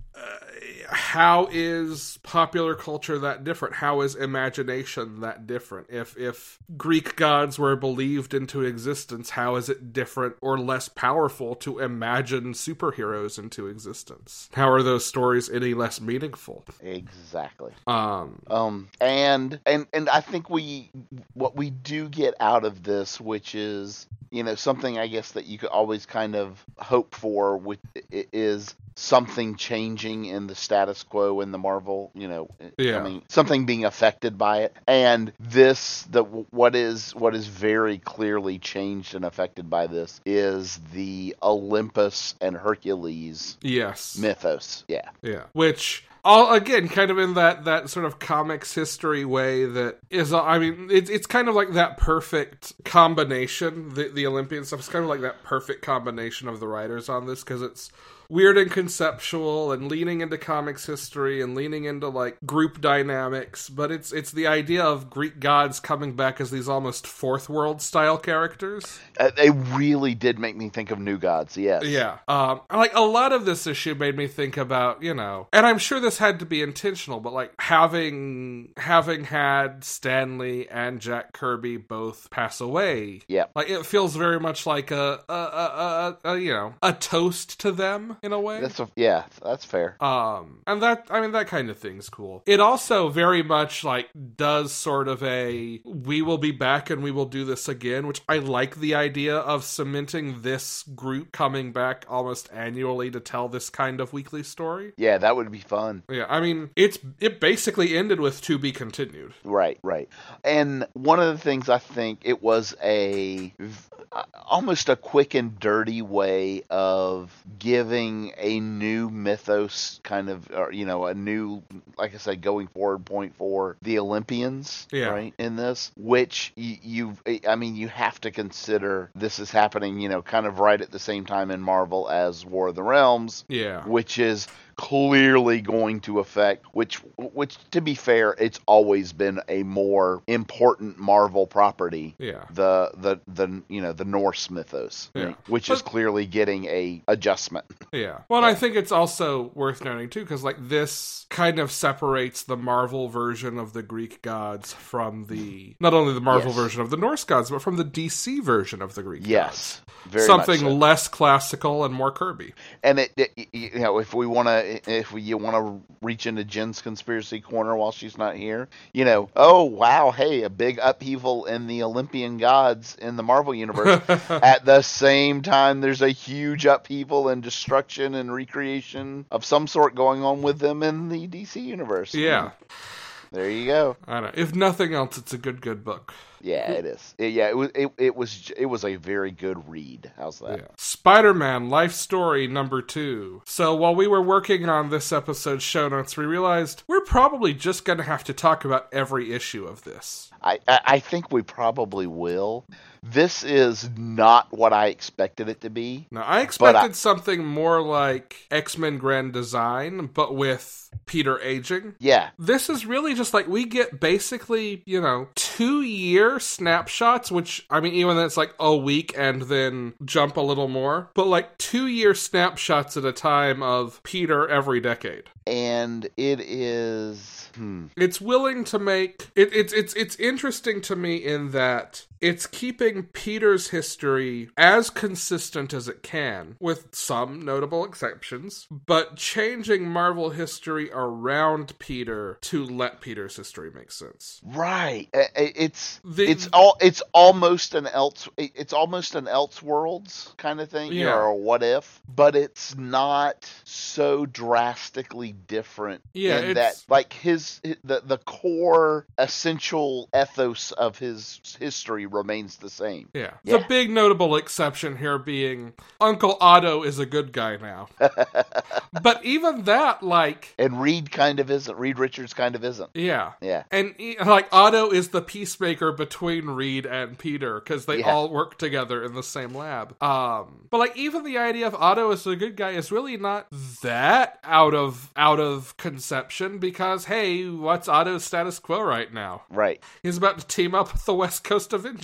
how is popular culture that different? How is imagination that different? If if Greek gods were believed into existence, how is it different or less powerful to imagine superheroes into existence? How are those stories any less meaningful?
Exactly.
Um
Um, and and and I think we what we do get out of this, which is you know something I guess that you could always kind of hope for, with i- is something changing in the status quo in the Marvel, you know,
Yeah.
coming- something being affected by it, and this the what is what is very clearly changed and affected by this is the Olympus and Hercules
yes.
mythos, yeah.
Yeah. Which all again kind of in that that sort of comics history way that is uh, I mean it's it's kind of like that perfect combination the the Olympian stuff is kind of like that perfect combination of the writers on this cuz it's weird and conceptual and leaning into comics history and leaning into like group dynamics but it's it's the idea of Greek gods coming back as these almost fourth world style characters.
Uh, They really did make me think of New Gods, yes,
Yeah. Um, like a lot of this issue made me think about, you know, and I'm sure this had to be intentional, but like having having had Stanley and Jack Kirby both pass away.
Yep.
Like it feels very much like a, a, a, a, a you know a toast to them time in a way.
That's a, yeah, that's fair.
Um, and that I mean that kind of thing's cool. It also very much like does sort of a we will be back and we will do this again, which I like the idea of cementing this group coming back almost annually to tell this kind of weekly story.
Yeah, that would be fun.
Yeah, I mean it's it basically ended with to be continued.
Right, right. And one of the things I think it was a almost a quick and dirty way of giving a new mythos kind of or, you know a new like i said going forward point for the olympians
Yeah.
right in this which you, you i mean you have to consider this is happening you know kind of right at the same time in marvel as war of the realms
Yeah.
which is clearly going to affect which which to be fair it's always been a more important marvel property
Yeah.
the the the you know the Norse mythos,
Yeah.
right? which is
But-
clearly getting a adjustment.
Yeah. Well, and I think it's also worth noting too, because like this kind of separates the Marvel version of the Greek gods from the not only the Marvel
Yes.
version of the Norse gods, but from the DC version of the Greek
Yes,
gods.
very
Something
much so.
less classical and more Kirby.
and it, it- y- you know if we want to if we, you want to reach into Jen's conspiracy corner while she's not here, you know, oh wow, hey, a big upheaval in the Olympian gods in the Marvel universe. At the same time, there's a huge upheaval and destruction and recreation of some sort going on with them in the DC universe.
yeah.
there you go.
I don't If nothing else, it's a good, good book.
Yeah, it is. It- yeah, it was. It, it was. j- It was a very good read. How's that?
Yeah. Spider Man Life Story number two. So, while we were working on this episode's show notes, we realized we're probably just going to have to talk about every issue of this.
I, I I think we probably will. This is not what I expected it to be.
Now, I
But I-
expected something more like X Men Grand Design, but with Peter aging.
Yeah,
This is really just like we get basically, you know, two year snapshots, which I mean, even then it's like a week and then jump a little more, but like two year snapshots at a time of Peter every decade.
and it is. Hmm.
It's willing to make it, it's it's it's interesting to me in that it's keeping Peter's history as consistent as it can, with some notable exceptions, but changing Marvel history around Peter to let Peter's history make sense.
Right. I- I- It's
The-
it's all it's almost an else it- it's almost an Elseworlds kind of thing
Yeah.
or a what if, but it's not so drastically different.
Yeah,
in that
it's-
like his hi- the the core essential ethos of his history remains the same.
Yeah. The
Yeah.
big notable exception here being Uncle Otto is a good guy now. but even that, like,
And Reed kind of isn't. Reed Richards kind of isn't.
yeah.
Yeah.
And e- like Otto is the peacemaker between Reed and Peter because they
Yeah.
all work together in the same lab. Um, but like even the idea of Otto as a good guy is really not that out of out of conception because hey, what's Otto's status quo right now?
Right.
He's about to team up with the West Coast Avengers.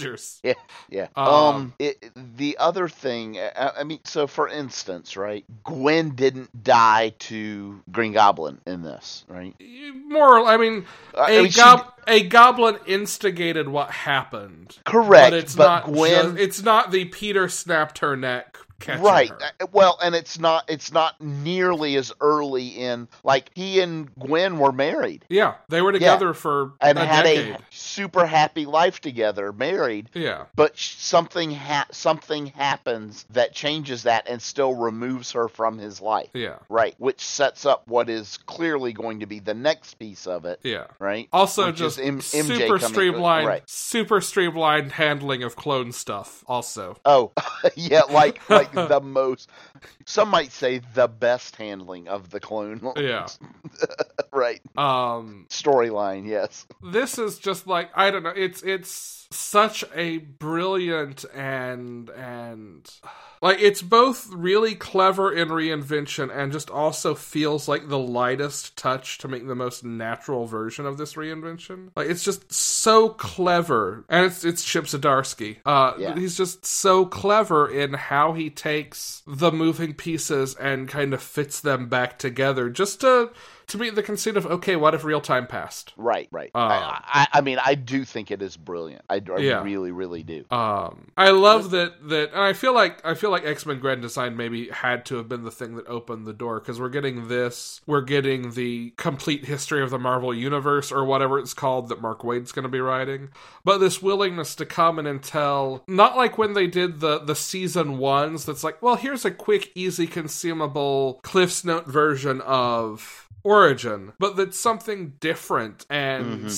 Yeah, yeah.
Um,
Um, it, the other thing, I, I mean, so for instance, right? Gwen didn't die to Green Goblin in this, right?
More, I mean,
Uh, I- I
a,
mean, she-
gob- a goblin instigated what happened.
correct,
but it's not
Gwen.
ju- it's not the Peter snapped her neck catching
Right.
her.
uh, Well, and it's not it's not nearly as early in like he and Gwen were married
Yeah, they were together for
and
a
had
decade.
a super happy life together, married,
Yeah,
but sh- something ha- something happens that changes that and still removes her from his life.
yeah,
Right, which sets up what is clearly going to be the next piece of it,
yeah.
right?
Also,
Which is
just
M- MJ
super
coming-
streamlined,
right.
super streamlined handling of clone stuff. Also,
Oh, yeah, like like the most. Some might say the best handling of the clone.
Yeah.
right.
um,
Storyline, yes.
this is just like I don't know. It's it's such a brilliant and and like it's both really clever in reinvention and just also feels like the lightest touch to make the most natural version of this reinvention. Like it's just so clever, and it's it's Chip Zdarsky. Uh,
Yeah.
he's just so clever in how he takes the moving pieces and kind of fits them back together, just to to me the conceit of okay, what if real time passed?
Right, right.
Um,
I, I, I mean, I do think it is brilliant. I, I
Yeah.
really, really do.
Um, I love that that and I feel like I feel like X Men Grand Design maybe had to have been the thing that opened the door because we're getting this, we're getting the complete history of the Marvel Universe or whatever it's called that Mark Wade's going to be writing, but this willingness to come in and tell, not like when they did the the season ones, that's like, well, here's a quick, easy, consumable Cliff's Note version of origin but that's something different and
Mhm.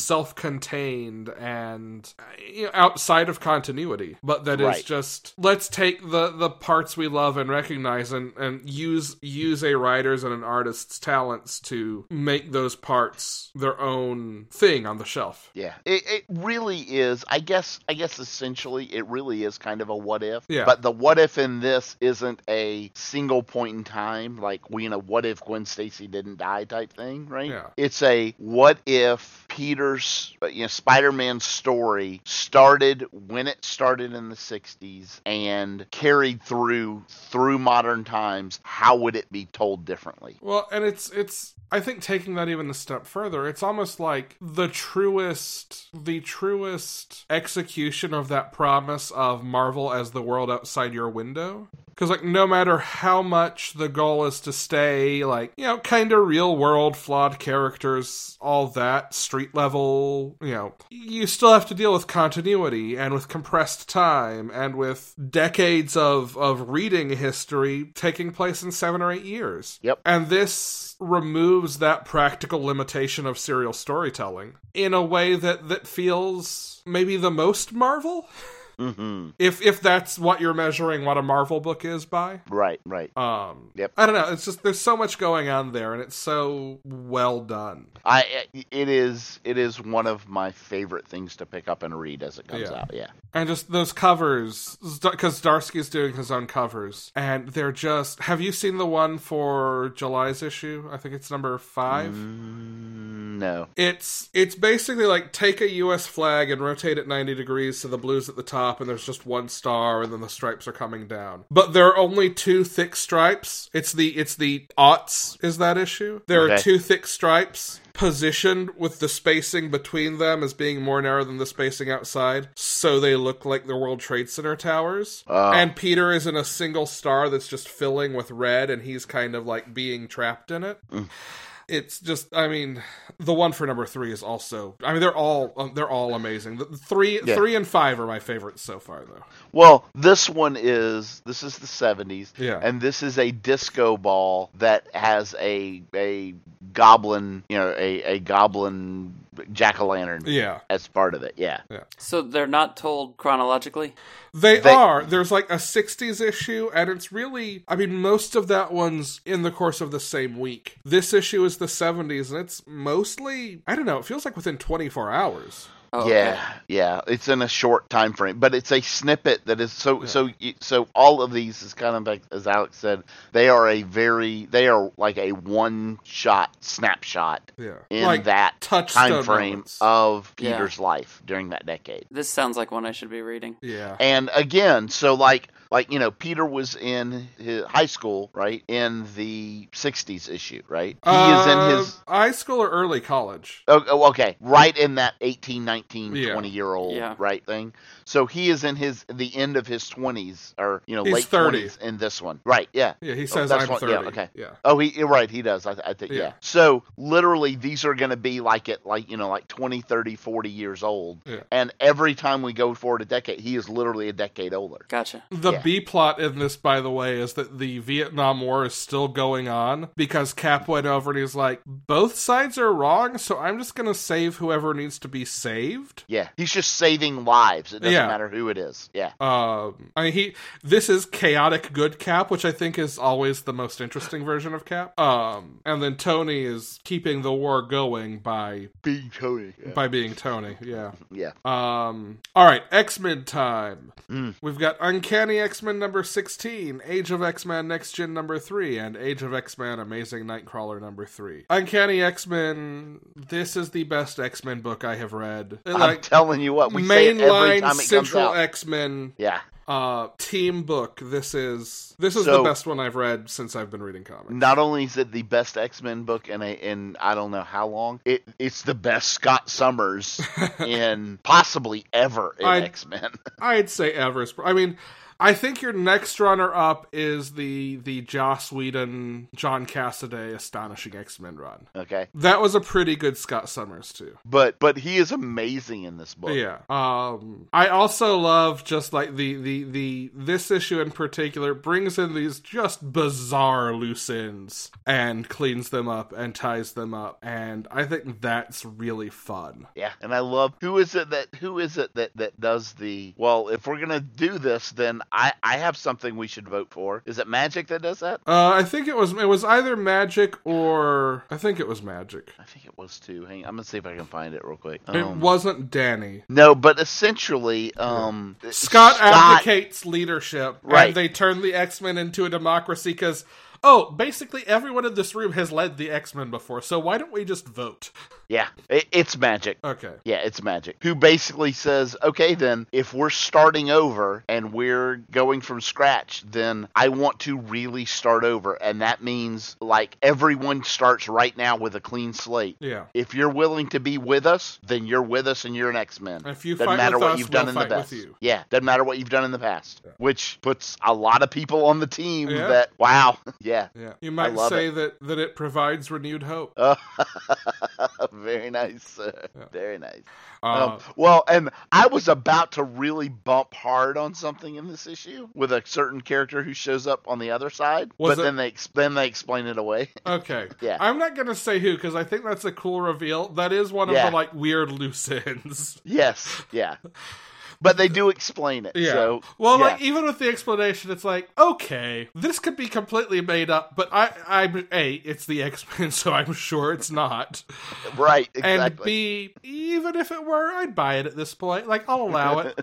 self-contained and uh, you know, outside of continuity but that is
Right.
just let's take the the parts we love and recognize and and use use a writer's and an artist's talents to make those parts their own thing on the shelf
Yeah, it, it really is. I guess I guess essentially it really is kind of a what if.
Yeah.
But the what if in this isn't a single point in time, like we in a what if Gwen Stacy didn't die type thing, right?
Yeah.
It's a what if Peter's uh, you know Spider-Man's story started when it started in the 60s and carried through through modern times. How would it be told differently?
Well, and it's it's I think taking that even a step further, it's almost like the truest the truest execution of that promise of Marvel as the world outside your window. Cuz like no matter how much the goal is to stay like, you know, kind of real world flawed characters, all that street level, you know, you still have to deal with continuity and with compressed time and with decades of of reading history taking place in 7 or 8 years.
Yep.
And this removes that practical limitation of serial storytelling in a way that that feels maybe the most Marvel,
Mhm.
if if that's what you're measuring what a Marvel book is by.
Right, right.
Um
Yep.
I don't know, it's just there's so much going on there and it's so well done.
I it is it is one of my favorite things to pick up and read as it comes
Yeah.
out. Yeah,
And just those covers, because Darsky's doing his own covers, and they're just. Have you seen the one for July's issue? I think it's number five.
Mm, no,
It's it's basically like take a U.S. flag and rotate it ninety degrees so the blue's at the top and there's just one star and then the stripes are coming down. But there are only two thick stripes. It's the it's the aughts is that issue. There are
Okay.
two thick stripes positioned with the spacing between them as being more narrow than the spacing outside, so they look like the World Trade Center towers.
Oh.
And Peter is in a single star that's just filling with red, and he's kind of like being trapped in it it's just i mean the one for number three is also i mean they're all um, they're all amazing the the three
Yeah.
three and five are my favorites so far though
well, this one is this is the seventies,
Yeah.
and this is a disco ball that has a a goblin, you know, a a goblin jack o' lantern
yeah
as part of it. Yeah,
So they're not told chronologically.
they,
They-
are there's like a 60s issue and it's really i mean most of that one's in the course of the same week this issue is the 70s and it's mostly i don't know it feels like within 24 hours
Oh,
yeah,
okay.
yeah. It's in a short time frame, but it's a snippet that is so
Yeah.
so y- so. All of these is kind of like as Alex said, they are a very they are like a one shot snapshot
yeah
in
like
that
touchstone
time frame
moments.
of
Yeah.
Peter's life during that decade.
This sounds like one I should be reading.
yeah
And again, so like like you know, Peter was in his high school, right? In the '60s issue, right? He is in his
Uh, high school or early college
Oh, oh, okay. Right in that 18, 19,
Yeah.
20 year old
Yeah.
right thing. So he is in his the end of his 20s or, you know,
He's
late
30.
20s in this one. Right. Yeah.
yeah he
Oh,
says
that's
i'm
what-
30
yeah, okay.
yeah
Oh, he you're right, he does. I, I think yeah.
Yeah.
So literally these are going to be like at like, you know, like 20, 30, 40 years old.
Yeah.
And every time we go forward a decade, he is literally a decade older.
Gotcha.
The
Yeah.
B plot in this, by the way, is that the Vietnam War is still going on because Cap went over and he's like, both sides are wrong, so I'm just going to save whoever needs to be saved.
Yeah. He's just saving lives. It doesn't
Yeah.
matter who it is. Yeah.
Um, I mean, he this is chaotic good Cap, which I think is always the most interesting version of Cap. Um, and then Tony is keeping the war going by
Being Tony.
by being Tony. Yeah.
Yeah.
Um. All right, X Men time.
Mm.
We've got Uncanny X Men number sixteen, Age of X Men Next Gen number three, and Age of X Men Amazing Nightcrawler number three. Uncanny X Men. This is the best X Men book I have read.
I'm telling you what, we say it every
mainline
time it comes
Central
out.
X Men.
yeah.
Uh, team book. This is this is
So-
the best one I've read since I've been reading comics.
Not only is it the best X Men book in a, in I don't know how long, it it's the best Scott Summers in possibly ever in
I-
X Men.
I'd say Everest. I mean, I think your next runner up is the the Joss Whedon, John Cassaday, astonishing X Men run.
okay,
That was a pretty good Scott Summers too.
but but he is amazing in this book.
Yeah. Um I also love just like the the the this issue in particular brings in these just bizarre loose ends and cleans them up and ties them up and I think that's really fun.
Yeah, and I love who is it that who is it that that does the well? If we're gonna do this, then I I have something we should vote for. Is it Magic that does that?
Uh I think it was it was either magic or I think it was magic.
I think it was too. Hang, I'm gonna see if I can find it real quick.
It
Um,
wasn't Danny.
no, but essentially, um,
Scott, advocates leadership,
Right.
And they turn the X Men into a democracy because, oh, basically everyone in this room has led the X Men before, so why don't we just vote?
Yeah, it, it's Magic.
Okay.
Yeah, it's magic. Who basically says, okay, then if we're starting over and we're going from scratch, then I want to really start over. And that means like everyone starts right now with a clean slate.
Yeah.
If you're willing to be with us, then you're with us and you're an X Men.
If you
Doesn't
fight
matter
with
what
us,
you've done
we'll
in the
fight with
past.
you.
Yeah, doesn't matter what you've done in the past, which puts a lot of people on the team
Yeah.
that, wow, yeah.
Yeah. You might
love
say that that it provides renewed hope.
Uh, very nice, sir.
Yeah.
Very nice.
Uh,
Um, well, and I was about to really bump hard on something in this issue with a certain character who shows up on the other side,
Was
but
it-
then they ex- then they explain it away.
okay.
oh. yeah.
I'm not gonna say who because I think that's a cool reveal. That is one of
Yeah.
the like weird loose ends.
yes, yeah, but they do explain it.
Yeah.
So,
well,
yeah.
like even with the explanation, it's like okay, this could be completely made up, but I, I'm a, it's the X Men, so I'm sure it's not.
right,
And B,
exactly.
even if it were, I'd buy it at this point. Like I'll allow it.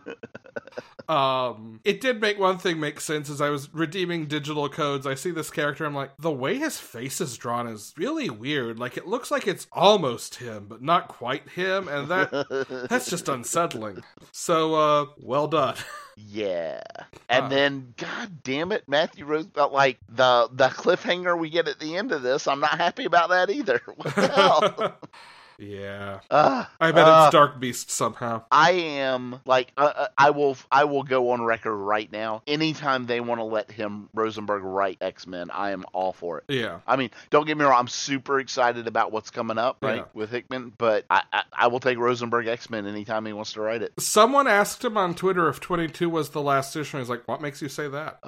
um, it did make one thing make sense as I was redeeming digital codes. I see this character. I'm like, the way his face is drawn is really weird. Like it looks like it's almost him, but not quite him, and that. That's just unsettling. So, uh, well done.
yeah, and
Huh.
then God damn it, Matthew Roosevelt, like the the cliffhanger we get at the end of this, I'm not happy about that either. What the hell?
yeah.
Uh,
I bet
uh,
it's Dark Beast somehow.
I am like uh, uh, I will I will go on record right now. Anytime they want to let him Rosenberg write X Men, I am all for it.
Yeah.
I mean, don't get me wrong. I'm super excited about what's coming up, right,
Yeah.
with Hickman. But I, I, I will take Rosenberg X Men anytime he wants to write it.
Someone asked him on Twitter if 22 was the last issue, and he's like, what makes you say that?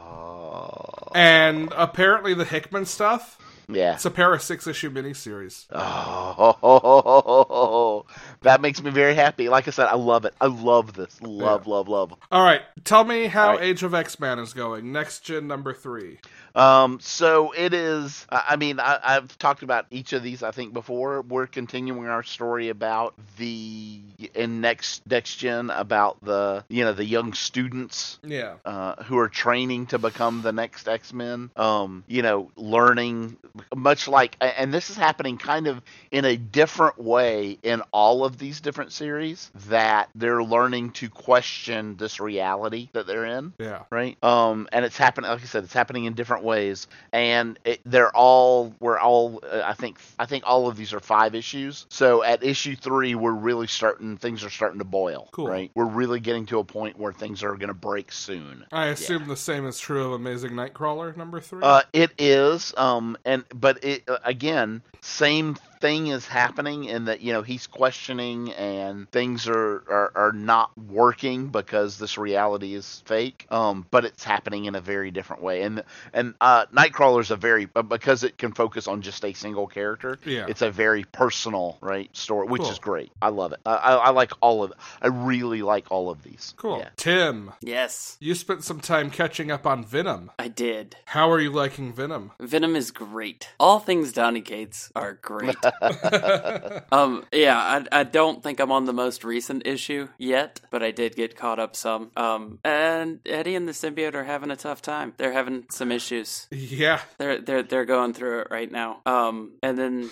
Oh,
And apparently the Hickman stuff,
yeah.
it's a pair of six issue miniseries.
Oh, that makes me very happy. Like I said, I love it. I love this. Love, love, love.
All right, tell me how
All right.
Age of X-Man is going. Next gen number three.
Um, so it is. I I mean, I, I've talked about each of these. I think before we're continuing our story about the in next next gen about the you know the young students
Yeah.
uh, who are training to become the next X Men. Um, you know, learning much like, and this is happening kind of in a different way in all of these different series that they're learning to question this reality that they're in
Yeah.
right? Um, and it's happening. Like I said, it's happening in different ways, and it, they're all we're all. Uh, I think I think all of these are five issues. So at issue three, we're really starting. Things are starting to boil.
Cool.
Right? We're really getting to a point where things are going to break soon.
I assume the same is true of Amazing Nightcrawler number three.
Uh, it is, um, and but it uh, again, same thing is happening in that you know he's questioning and things are, are are not working because this reality is fake. Um, but it's happening in a very different way, and and uh, Nightcrawler's a very uh, because it can focus on just a single character.
Yeah.
it's a very personal right story, which
Cool.
is great. I love it. I, I, I like all of. I really like all of these.
cool.
Yeah.
Tim,
Yes,
you spent some time catching up on Venom.
I did.
How are you liking Venom?
Venom is great. All things Donny Cates are great. um, yeah, I, I don't think I'm on the most recent issue yet, but I did get caught up some. Um, and Eddie and the symbiote are having a tough time. They're having some issues.
Yeah.
They're they're they're going through it right now. Um, and then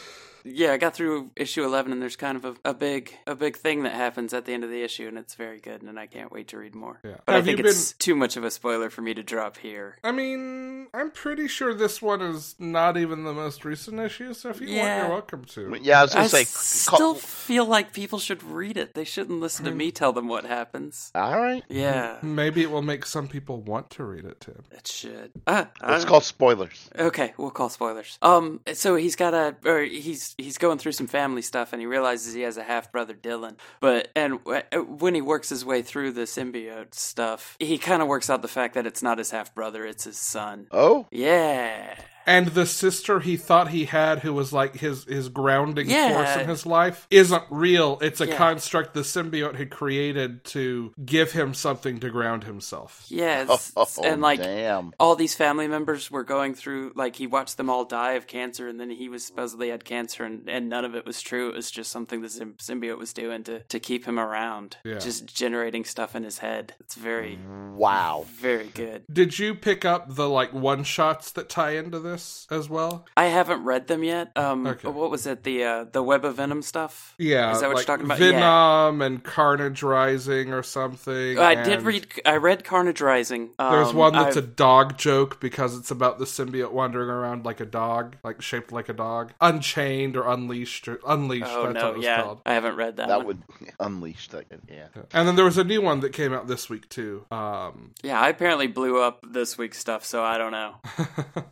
yeah, I got through issue eleven, and there's kind of a, a big a big thing that happens at the end of the issue, and it's very good, and I can't wait to read more.
Yeah.
But
Have
I
you
think it's too much of a spoiler for me to drop here.
I mean, I'm pretty sure this one is not even the most recent issue, so if you want,
Yeah.
you're welcome to.
Yeah, I was
I
gonna say.
s-
ca-
still feel like people should read it. They shouldn't listen to
Hmm.
me tell them what happens.
all right.
Yeah,
Maybe it will make some people want to read it, Tim.
it should. Ah, I
It's
don't-
called spoilers.
Okay, we'll call spoilers. Um, so he's got a, or he's he's going through some family stuff, and he realizes he has a half brother, Dylan. But and w- when he works his way through the symbiote stuff, he kind of works out the fact that it's not his half brother; it's his son.
Oh,
Yeah,
And the sister he thought he had, who was like his his grounding
Yeah.
force in his life, isn't real. It's a
Yeah.
construct the symbiote had created to give him something to ground himself.
yeah, it's- it's- and like
damn.
all these family members were going through like he watched them all die of cancer and then he was supposedly had cancer and, and none of it was true it was just something the symb- symbiote was doing to, to keep him around
Yeah.
just generating stuff in his head it's very
Wow.
very good
Did you pick up the like one shots that tie into this as well?
i haven't read them yet um
Okay.
what was it the uh the web of venom stuff
Yeah,
Is that what you're
like
talking about? Yeah.
Venom and Carnage Rising or something.
Oh, i did
and-
read i read carnage rising um,
There's one that's
a
a dog joke because it's about the symbiote wandering around like a dog, like shaped like a dog. Unchained or unleashed or unleashed,
oh
that's what
no
it was
yeah
called.
i haven't read that,
That
one.
would unleash that. Yeah.
And then there was a new one that came out this week too. Um
yeah i apparently blew up this week's stuff so i don't know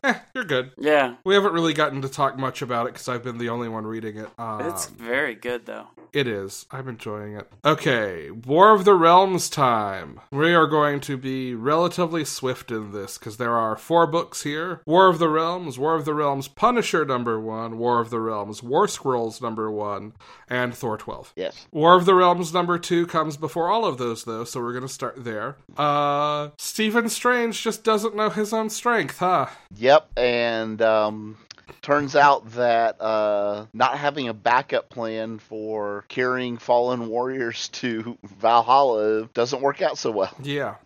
eh, you're good.
yeah
We haven't really gotten to talk much about it because I've been the only one reading it. Um,
it's very good though
It is. I'm enjoying it. Okay, War of the Realms time. We are going to be relatively swift in this because there are four books here War of the Realms, War of the Realms Punisher number one, War of the Realms War Squirrels number one, and Thor 12.
Yes.
War of the Realms number two comes before all of those, though, so we're going to start there. Uh, Stephen Strange just doesn't know his own strength, huh?
Yep. And um, turns out that uh, not having a backup plan for carrying fallen warriors to Valhalla doesn't work out so well.
Yeah.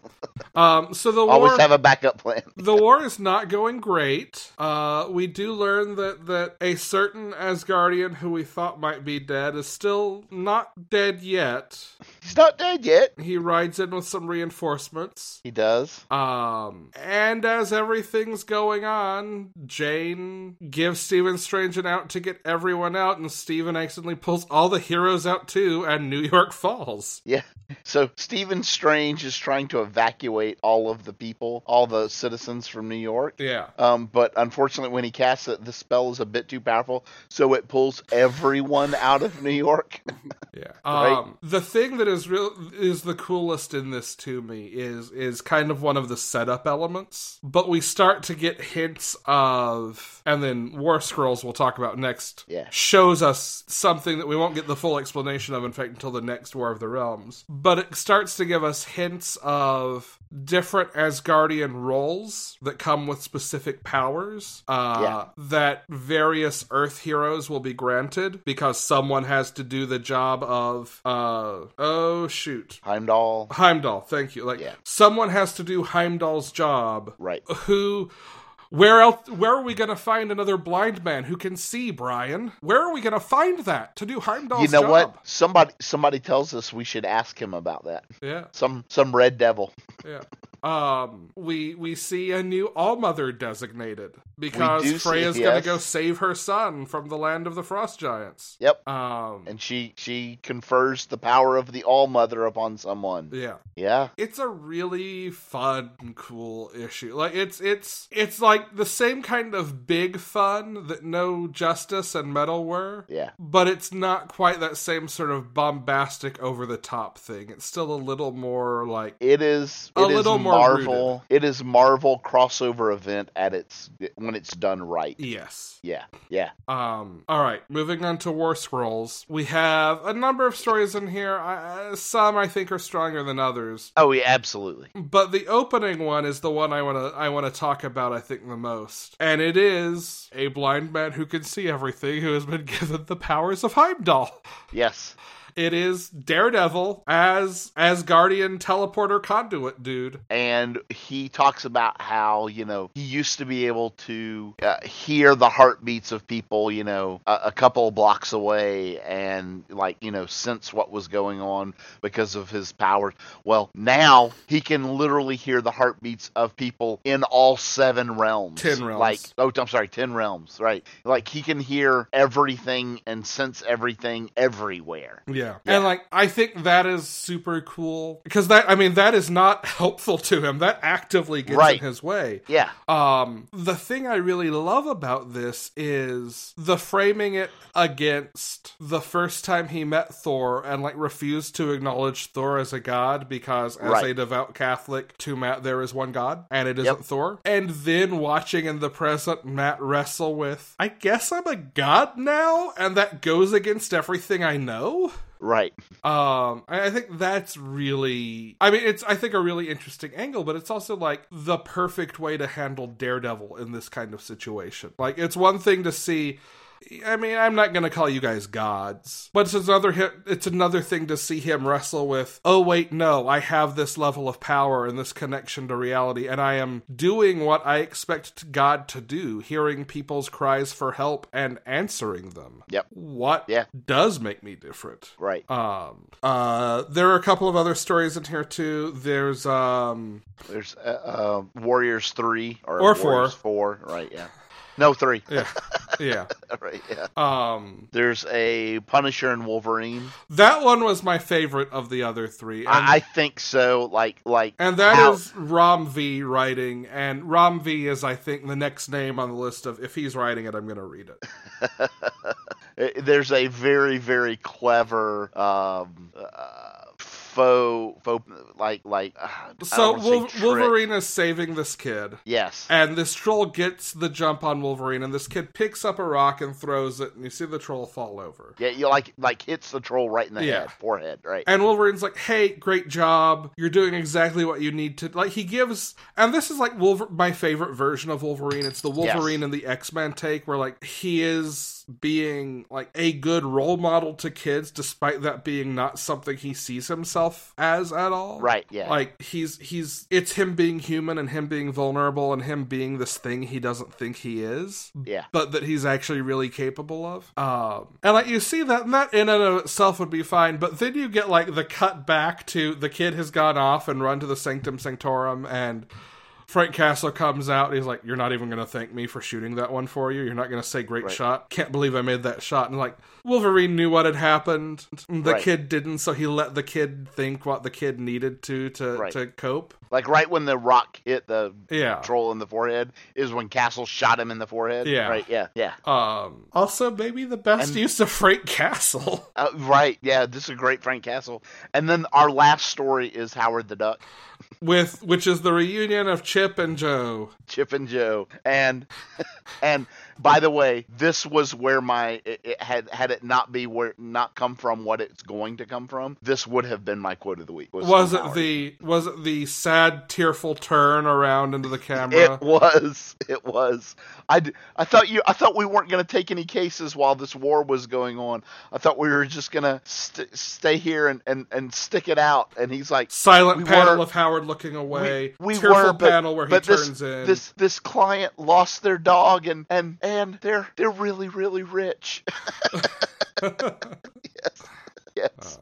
Um, so the
Always
war...
have a backup plan.
the war is not going great. Uh, we do learn that that a certain Asgardian who we thought might be dead is still not dead yet.
He's not dead yet.
He rides in with some reinforcements.
He does.
Um, and as everything's going on, Jane gives Stephen Strange an out to get everyone out, and Stephen accidentally pulls all the heroes out too, and New York falls.
Yeah. So Stephen Strange is trying to evacuate all of the people, all the citizens from New York.
Yeah.
Um, but unfortunately, when he casts it, the spell is a bit too powerful, so it pulls everyone out of New York.
Yeah.
Right?
Um, the thing that is real is the coolest in this to me is is kind of one of the setup elements, but we start to get hints of, and then War Scrolls we'll talk about next.
Yeah.
Shows us something that we won't get the full explanation of, in fact, until the next War of the Realms. But it starts to give us hints of different Asgardian roles that come with specific powers. Uh,
Yeah.
that various Earth heroes will be granted because someone has to do the job of uh oh shoot
Heimdall.
Heimdall. Thank you. Like
Yeah.
someone has to do Heimdall's job.
Right.
Who? Where else? Where are we gonna find another blind man who can see? Brian, where are we gonna find that to do Heimdall's
You know
job?
what? Somebody somebody tells us we should ask him about that.
Yeah.
Some some red devil.
Yeah. Um, we we see a new All Mother designated because
do see-
Freya's gonna
yes.
go save her son from the land of the Frost Giants.
Yep.
Um,
And she she confers the power of the All Mother upon someone.
yeah,
Yeah.
it's a really fun, and cool issue. Like it's it's it's like the same kind of big fun that No Justice and Metal were.
Yeah.
But it's not quite that same sort of bombastic, over the top thing. It's still a little more like
It is
A
it is
little more
Marvel. It is Marvel crossover event at its when it's done right.
yes,
Yeah. Yeah.
Um, all right, moving on to War Scrolls. We have a number of stories in here. I, uh, some I think are stronger than others,
Oh yeah, absolutely.
but the opening one is the one I want to I want to talk about. I think the most, and it is a blind man who can see everything who has been given the powers of Heimdall.
Yes.
It is Daredevil as as Guardian teleporter conduit dude.
and he talks about how you know he used to be able to uh, hear the heartbeats of people you know a, a couple of blocks away and like you know sense what was going on because of his powers well now he can literally hear the heartbeats of people in all seven realms
10 realms.
like oh i'm sorry 10 realms right like he can hear everything and sense everything everywhere
Yeah.
Yeah.
And like I think that is super cool because that I mean that is not helpful to him. That actively gets
Right.
in his way.
yeah
Um the thing I really love about this is the framing it against the first time he met Thor and like refused to acknowledge Thor as a god because as
Right.
a devout Catholic to Matt there is one god and it isn't
Yep.
Thor. And then watching in the present Matt wrestle with I guess I'm a god now and that goes against everything I know.
right
Um, I I think that's really, I mean, it's, I think, a really interesting angle, but it's also like the perfect way to handle Daredevil in this kind of situation. Like, it's one thing to see. I mean, I'm not going to call you guys gods, but it's another hi- it's another thing to see him wrestle with. Oh wait, no, I have this level of power and this connection to reality, and I am doing what I expect God to do: hearing people's cries for help and answering them.
Yep.
What
Yeah.
does make me different?
right
Um, uh, there are a couple of other stories in here too. There's um,
There's uh, uh, Warriors three or,
Or four.
Warriors four. right? Yeah, no three,
yeah, yeah.
right? Yeah.
Um,
There's a Punisher and Wolverine.
that one was my favorite of the other three. And,
I, I think so. Like, like, uh,
and that
how-
is Rom V writing, and Rom V is, I think, the next name on the list of if he's writing it, I'm going to read it.
Oh, there's a very, very clever um, uh, faux, faux, like, like. Uh, I don't
So
wanna say
Wol-
trick.
Wolverine is saving this kid.
Yes.
And this troll gets the jump on Wolverine, and this kid picks up a rock and throws it, and you see the troll fall over.
Yeah, you like like hits the troll right in the
Yeah.
head, forehead, right?
And Wolverine's like, "Hey, great job! You're doing exactly what you need to." Like he gives, and this is like Wolver- my favorite version of Wolverine. It's the Wolverine and the X Men take, where like he is being like a good role model to kids, despite that being not something he sees himself as at all.
Right, yeah.
Like he's he's it's him being human and him being vulnerable and him being this thing he doesn't think he is
yeah.
but that he's actually really capable of. Um, and like you see that, and that in and of itself would be fine. But then you get like the cut back to the kid has gone off and run to the Sanctum Sanctorum, and Frank Castle comes out. And he's like, "You're not even going to thank me for shooting that one for you. You're not going to say great
Right.
shot. Can't believe I made that shot." And like Wolverine knew what had happened. The
Right.
kid didn't, so he let the kid think what the kid needed to to
Right.
to cope.
Like right when the rock hit the
Yeah.
troll in the forehead is when Castle shot him in the forehead.
Yeah.
Right. Yeah. Yeah.
Um, also, maybe the best
And-
use of Frank Castle.
Uh, right, yeah, this is a great Frank Castle. And then our last story is Howard the Duck,
with which is the reunion of Chip and Joe.
Chip and Joe, and and by the way, this was where my it, it had had it not be where not come from what it's going to come from. This would have been my quote of the week. from
Was it
Howard.
the was it the sad, tearful turn around into the camera?
It was. It was. I, d- I thought you. I thought we weren't going to take any cases while this war was going on. I thought we were just going to st- stay here and, and and stick it out. And he's like,
Silent
We
panel
were-
of Howard looking away.
we
tearful
were, but-
panel where he
but this-
turns in.
this this client lost their dog and and and they're they're really really rich yes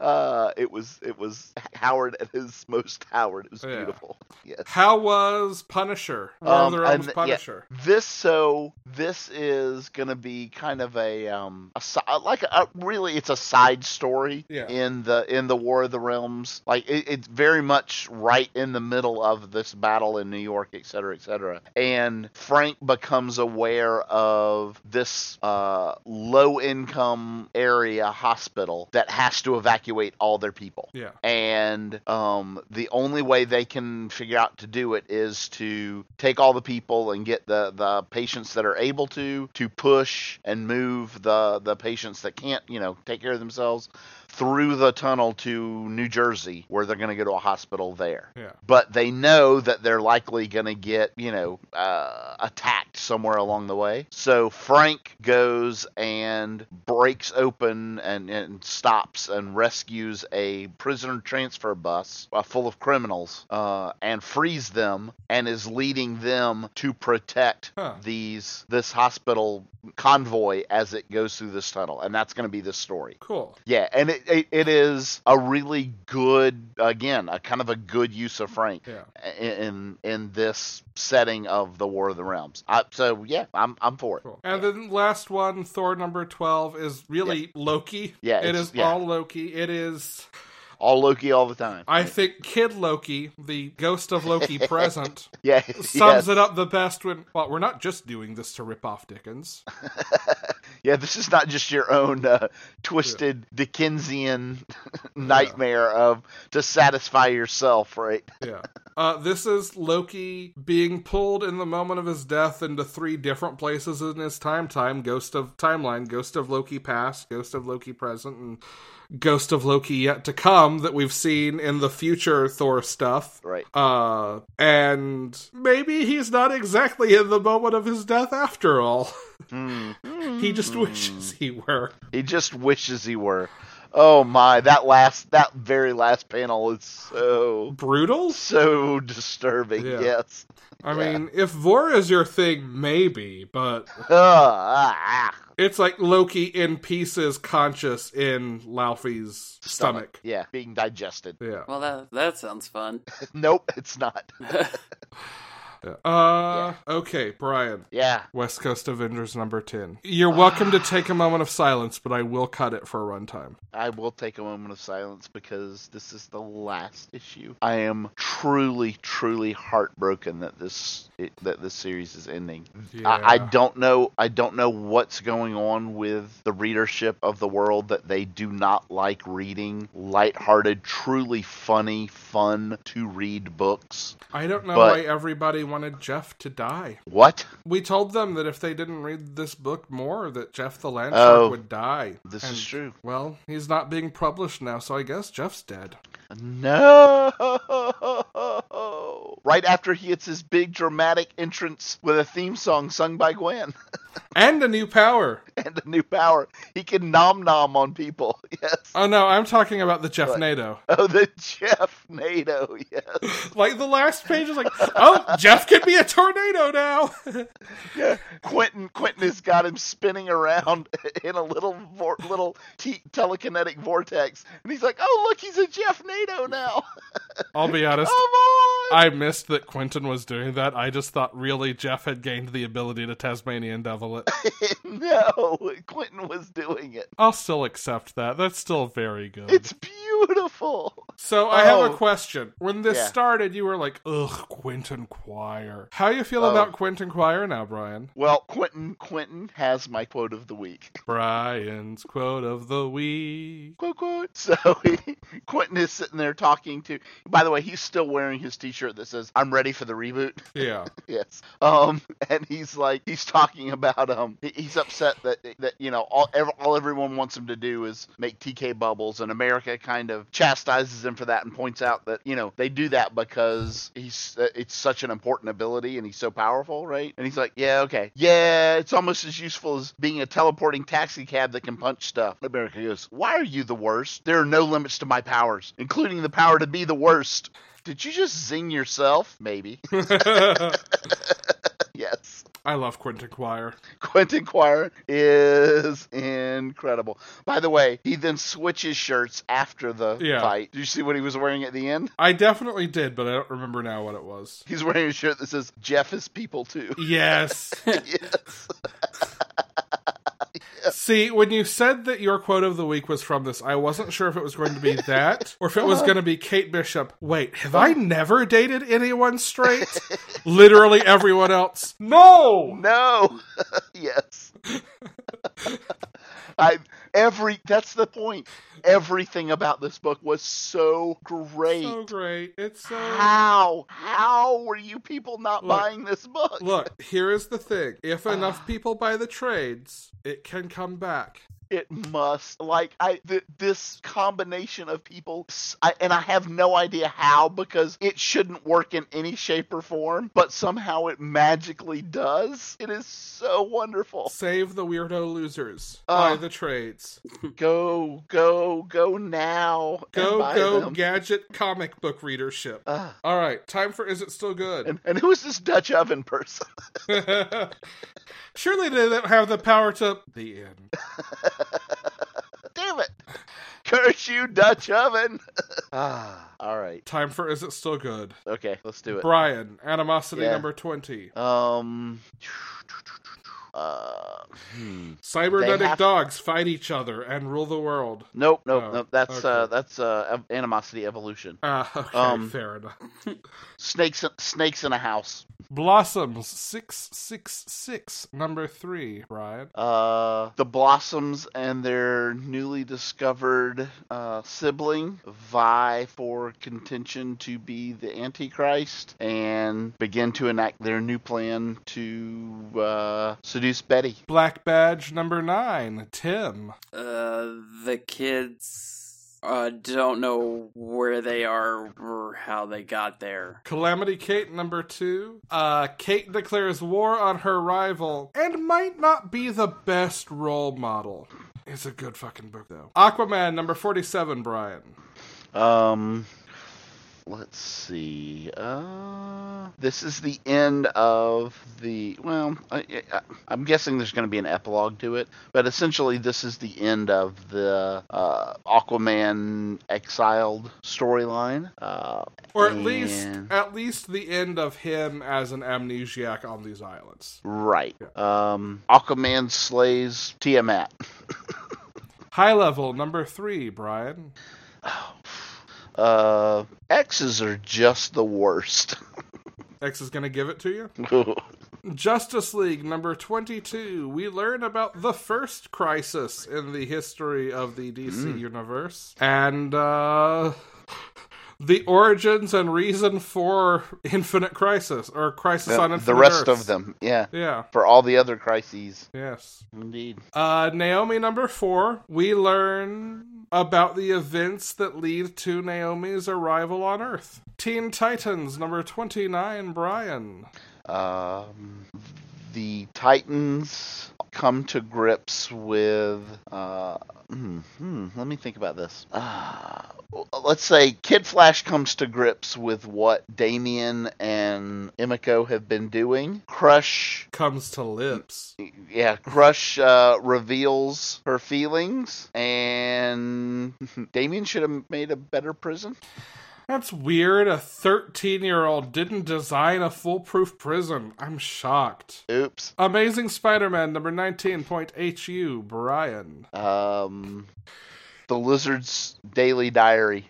uh it was it was howard at his most howard it was
Yeah.
beautiful yes
How was Punisher? Where
Um,
the realms
and- yeah.
Punisher?
this so this is gonna be kind of a um a si- like a really it's a side story
Yeah.
in the in the War of the Realms like it, it's very much right in the middle of this battle in New York et cetera, et cetera. and Frank becomes aware of this uh, low income area hospital that has to evacuate all their people
Yeah.
and um, the only way they can figure out to do it is to take all the people and get the, the patients that are able to to push and move the the patients that can't you know take care of themselves through the tunnel to New Jersey, where they're going to go to a hospital there.
Yeah.
But they know that they're likely going to get, you know, uh, attacked somewhere along the way. So Frank goes and breaks open and, and stops and rescues a prisoner transfer bus uh, full of criminals uh, and frees them and is leading them to protect
Huh.
these this hospital convoy as it goes through this tunnel. And that's going to be the story.
Cool.
Yeah, and it, it, it is a really good, again, a kind of a good use of Frank
Yeah.
in in this setting of the War of the Realms. I, so yeah, I'm I'm for it.
Cool. And then last one, Thor number twelve is really Loki.
Yeah,
it
it's-
is
yeah.
all Loki. It is,
All Loki all the time.
I think, Kid Loki, the ghost of Loki present,
yeah,
sums
yeah,
it up the best when. Well, we're not just doing this to rip off Dickens.
yeah. This is not just your own uh, twisted Dickensian nightmare of to satisfy yourself, right?
Yeah. Uh, this is Loki being pulled in the moment of his death into three different places in his time time ghost of timeline, ghost of Loki past, ghost of Loki present, and ghost of Loki yet to come that we've seen in the future Thor stuff.
Right.
Uh, and maybe he's not exactly in the moment of his death after all.
Hmm.
he just wishes he were.
He just wishes he were. Oh my, that last, that very last panel is so,
Brutal?
so disturbing.
Yeah.
Yes.
I
Yeah.
mean, if Vor is your thing, maybe, but
Ah, ah, ah.
It's like Loki in pieces, conscious in Laufey's stomach.
Yeah, being digested.
Yeah.
Well, that that sounds fun.
nope, it's not.
Uh, okay, Brian.
Yeah.
West Coast Avengers number 10. You're welcome to take a moment of silence, but I will cut it for runtime.
I will take a moment of silence because this is the last issue. I am truly, truly heartbroken that this it, that this series is ending. I, I
Yeah.
don't know. I don't know what's going on with the readership of the world that they do not like reading lighthearted, truly funny, fun to read books.
I don't know
But-
why everybody wanted Jeff to die.
What?
We told them that if they didn't read this book more, that Jeff the Landshark
Oh.
would die.
This is
And,
true.
Well, he's not being published now, so I guess Jeff's dead.
No. Right after he hits his big dramatic entrance with a theme song sung by Gwen
And a new power.
and a new power, he can nom nom on people. Yes.
Oh no, I'm talking about the Jeff
Right.
Nato.
Oh, the Jeff NATO. Yes.
Like the last page is like, oh, Jeff can be a tornado now.
Yeah. Quentin Quentin has got him spinning around in a little vor- little te- telekinetic vortex, and he's like, "Oh, look, he's a Jeff NATO now." Oh,
I'll be
Come
honest.
on.
I missed that Quentin was doing that. I just thought really Jeff had gained the ability to Tasmanian devil it.
no, Quentin was doing it.
I'll still accept that. That's still very good.
It's beautiful.
so I have a
oh.
question. When this
Yeah.
started, you were like, ugh, Quentin Quire. How you feel
Oh.
about Quentin Quire now, Brian?
Well, Quentin Quentin has my quote of the week.
Brian's quote of the week.
Quote quote. So Quentin is sitting there talking to. By the way, he's still wearing his T-shirt that says "I'm ready for the reboot."
Yeah.
yes. Um, and he's like, he's talking about um, he- he's upset that that you know all ev- all everyone wants him to do is make TK bubbles, and America kind of chastises him for that and points out that you know they do that because he's uh, it's such an important ability and he's so powerful, right? And he's like, yeah, okay, yeah, it's almost as useful as being a teleporting taxi cab that can punch stuff. America goes, why are you the worst? There are no limits to my powers, including the power to be the worst. Did you just zing yourself? Maybe. yes.
I love Quentin Quire.
Quentin Quire is incredible. By the way, he then switches shirts after the
Yeah.
fight. Do you see what he was wearing at the end?
I definitely did, but I don't remember now what it was.
He's wearing a shirt that says Jeff is people too.
Yes.
yes.
See, when you said that your quote of the week was from this, I wasn't sure if it was going to be that or if it was going to be Kate Bishop. Wait, have I never dated anyone straight? Literally everyone else. No!
No. yes. I every that's the point. Everything about this book was so great.
So great. It's so.
how how were you people not
Look.
buying this book? Uh.
Look, here is the thing. If enough people buy the trades, it can come back.
It must. Like I, th- this combination of people, s I and I have no idea how because it shouldn't work in any shape or form, but somehow it magically does. It is so wonderful.
Save the weirdo losers.
Oh. Uh,
buy the trades.
Go, go, go now. and
Go
buy
go
them.
gadget comic book readership.
Ah,
All right, time for is it still good?
and, and who is this Dutch oven person?
Surely they don't have the power to the end.
Damn it! Curse you, Dutch oven. ah, all right.
Time for is it still good?
Okay, let's do it.
Brian, animosity
Yeah.
number twenty.
Um. Uh, hmm.
Cybernetic
have-
dogs fight each other and rule the world.
Nope, nope,
Oh,
nope. That's uh,
okay.
that's uh, ev- animosity evolution.
Ah, okay,
Um,
fair enough.
Snakes, snakes in a house.
Blossoms six six six number three. Brian,
Uh, the blossoms and their newly discovered uh, sibling vie for contention to be the Antichrist and begin to enact their new plan to uh, seduce Betty.
Black Badge number nine. Tim,
Uh, the kids uh, don't know where they are or how they got there.
Calamity Kate number two. Uh, Kate declares war on her rival and might not be the best role model. It's a good fucking book though. Aquaman number forty-seven. Brian.
Um, let's see. Uh, this is the end of the. Well, I, I, I'm guessing there's going to be an epilogue to it, but essentially, this is the end of the uh, Aquaman exiled storyline. Uh,
Or at least,
and-
at least the end of him as an amnesiac on these islands.
Right. Um, Aquaman slays Tiamat.
High level number three, Brian.
Uh, X's are just the worst.
X is gonna give it to you. Justice League number 22. We learn about the first crisis in the history of the DC
Hmm.
universe and uh the origins and reason for Infinite Crisis or Crisis on
the,
Infinite
the rest
Earths.
of them, yeah.
Yeah.
For all the other crises.
Yes.
Indeed.
Uh Naomi number 4. We learn about the events that lead to Naomi's arrival on Earth. Teen Titans number 29, Brian.
Um, the Titans come to grips with. Uh, hmm, hmm, let me think about this. Uh, let's say Kid Flash comes to grips with what Damien and Emiko have been doing. Crush.
Comes to lips.
Yeah, Crush uh, reveals her feelings, and Damien should have made a better prison.
That's weird. A 13 year old didn't design a foolproof prison. I'm shocked.
Oops.
Amazing Spider Man number 19.HU, Brian.
Um, the Lizard's Daily Diary.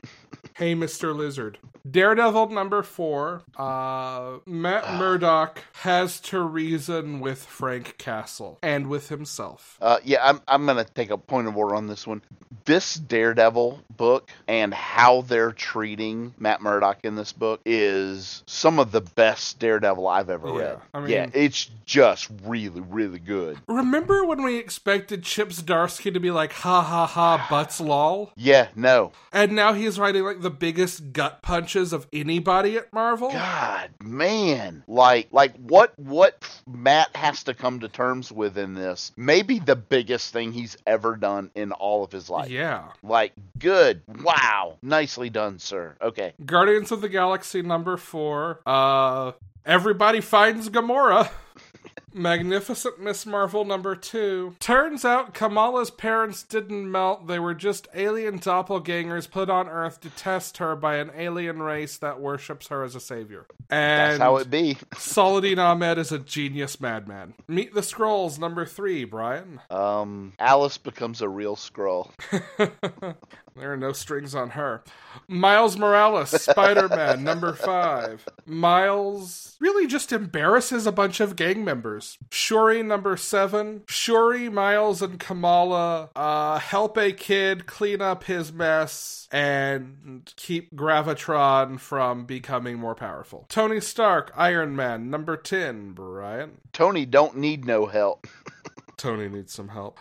Hey, Mr. Lizard. Daredevil number 4. Uh, Matt Murdock has to reason with Frank Castle and with himself.
Uh, yeah, I'm, I'm going to take a point of order on this one. This Daredevil book and how they're treating Matt Murdock in this book is some of the best Daredevil I've ever
Yeah,
read.
I mean-
yeah, it's just really, really good.
Remember when we expected Chips Darsky to be like, ha ha ha, butts lol?
Yeah, no.
And now he's writing like the biggest gut punches of anybody at Marvel?
God, man. Like like what what Matt has to come to terms with in this. Maybe the biggest thing he's ever done in all of his life.
yeah.
Like good. Wow. Nicely done, sir. Okay.
Guardians of the Galaxy number four. Uh, everybody finds Gamora. Magnificent Miss Marvel number two. Turns out Kamala's parents didn't melt. They were just alien doppelgangers put on Earth to test her by an alien race that worships her as a savior.
That's
And
how it be.
Saladin Ahmed is a genius madman. Meet the Scrolls number three, Brian.
Um, Alice becomes a real scroll.
There are no strings on her. Miles Morales, Spider Man, number five. Miles really just embarrasses a bunch of gang members. Shuri, number seven. Shuri, Miles, and Kamala uh, help a kid clean up his mess and keep Gravitron from becoming more powerful. Tony Stark, Iron Man, number 10. Brian.
Tony don't need no help.
Tony needs some help.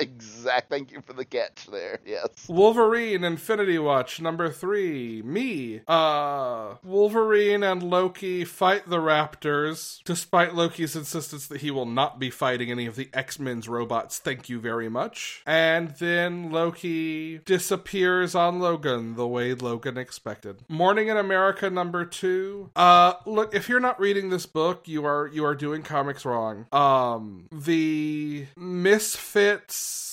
exact. Thank you for the catch there. Yes.
Wolverine Infinity Watch number three. Me. Uh Wolverine and Loki fight the Raptors, despite Loki's insistence that he will not be fighting any of the X-Men's robots. Thank you very much. And then Loki disappears on Logan the way Logan expected. Morning in America number two. Uh look, if you're not reading this book, you are you are doing comics wrong. Um the misfits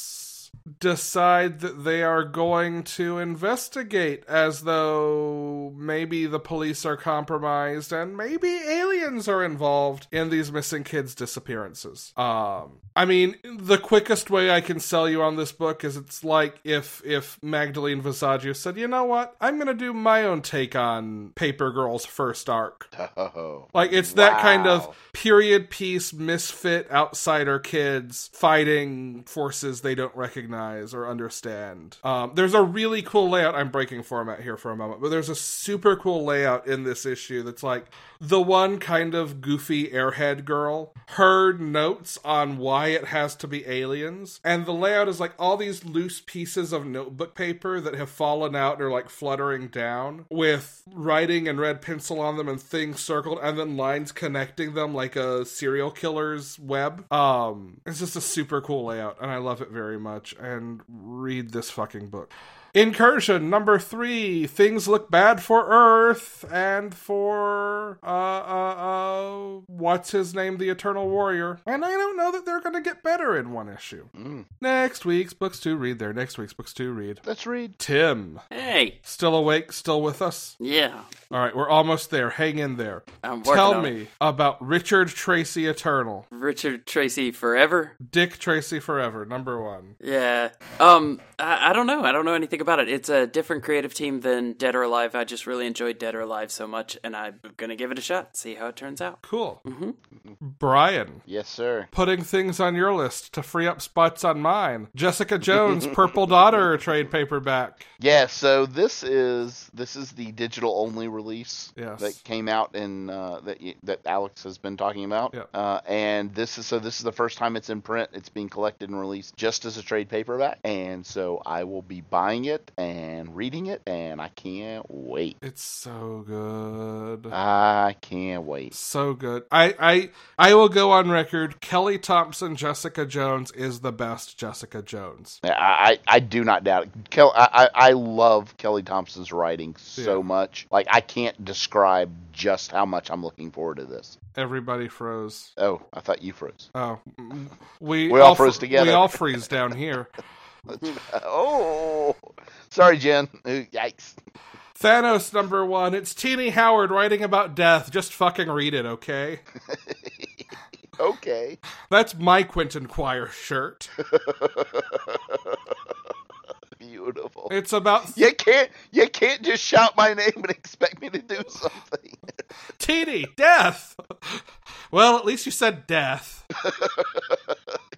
decide that they are going to investigate as though maybe the police are compromised and maybe aliens are involved in these missing kids disappearances um i mean the quickest way i can sell you on this book is it's like if if magdalene visaggio said you know what i'm gonna do my own take on paper girls first arc
Oh.
like it's that kind
Wow.
of period piece misfit outsider kids fighting forces they don't recognize or understand. Um, there's a really cool layout. I'm breaking format here for a moment, but there's a super cool layout in this issue that's like the one kind of goofy airhead girl. Her notes on why it has to be aliens, and the layout is like all these loose pieces of notebook paper that have fallen out and are like fluttering down with writing and red pencil on them and things circled and then lines connecting them like a serial killer's web. Um, it's just a super cool layout and I love it very much. And read this fucking book. Incursion number three. Things look bad for Earth and for uh uh uh what's his name, the Eternal Warrior. And I don't know that they're gonna get better in one issue.
Hmm.
Mm.
Next week's books to read. There. Next week's books to read.
Let's read.
Tim,
Hey,
still awake? Still with us?
yeah,
All right, we're almost there. Hang in there.
I'm working
Tell
on it.
me about Richard Tracy Eternal,
Richard Tracy forever.
Dick Tracy Forever, number one.
Yeah. Um, I, I don't know. I don't know anything about it. It's a different creative team than Dead or Alive. I just really enjoyed Dead or Alive so much, and I'm gonna give it a shot. See how it turns out.
Cool.
Mhm.
Brian,
Yes, sir.
putting things on your list to free up spots on mine. Jessica Jones, Purple Daughter trade paperback.
Yeah, so this is this is the digital only release
Yes.
that came out in uh, that y- that Alex has been talking about.
Yep.
Uh, and this is so this is the first time it's in print. It's being collected and released just as a trade paperback, and so I will be buying it and reading it, and I can't wait.
It's so good.
I can't wait.
So good. I, I I will go on record. Kelly Thompson, Jessica Jones is the best Jessica Jones.
I, I, I do not doubt it. Kel, I, I I love Kelly Thompson's writing so
Yeah.
much. Like I can't describe just how much I'm looking forward to this.
Everybody froze.
Oh, I thought you froze.
Oh, mm, we
We all froze
fr-
together.
We all freeze down here.
Oh, sorry, Jen. Ooh, yikes.
Thanos number one. It's Teeny Howard writing about death. Just fucking read it, okay?
Okay.
That's my Quentin Quire shirt.
Beautiful.
It's about
You can't you can't just shout my name and expect me to do something.
Teeny death. Well, at least you said death.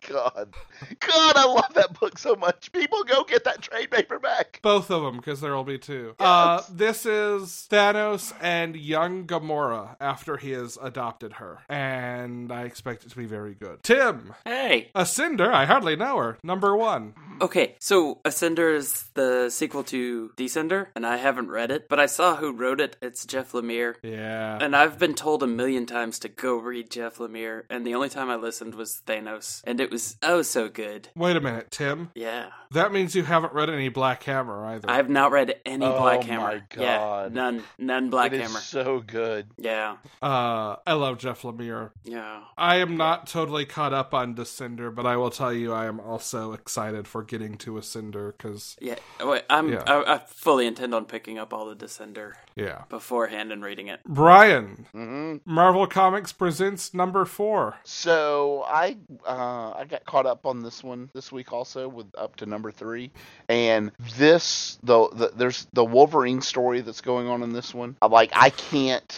God, God, I love that book so much. People, go get that trade paperback.
Both of them, because there will be two. Uh, this is Thanos and young Gamora after he has adopted her, and I expect it to be very good. Tim,
Hey.
Ascinder, I hardly know her. Number one.
Okay, so Ascender is the sequel to Descender, and I haven't read it, but I saw who wrote it. It's Jeff Lemire.
Yeah.
And I've been told a million times to go read Jeff Lemire, and the only time I listened was Thanos, and it was oh so good.
Wait a minute, Tim.
Yeah.
That means you haven't read any Black Hammer either.
I've not read any
Oh
Black
my
Hammer. Yeah,
God.
none, none Black
It is
Hammer.
so good.
Yeah,
Uh, I love Jeff Lemire.
yeah.
I am not totally caught up on Descender, but I will tell you, I am also excited for getting to Ascender because,
Yeah, wait, I'm.
Yeah.
I, I fully intend on picking up all the Descender
yeah.
beforehand and reading it.
Brian,
hmm
Marvel Comics presents number four.
So I uh, I got caught up on the this one this week also with up to number three. And this though the, there's the Wolverine story that's going on in this one. Like I can't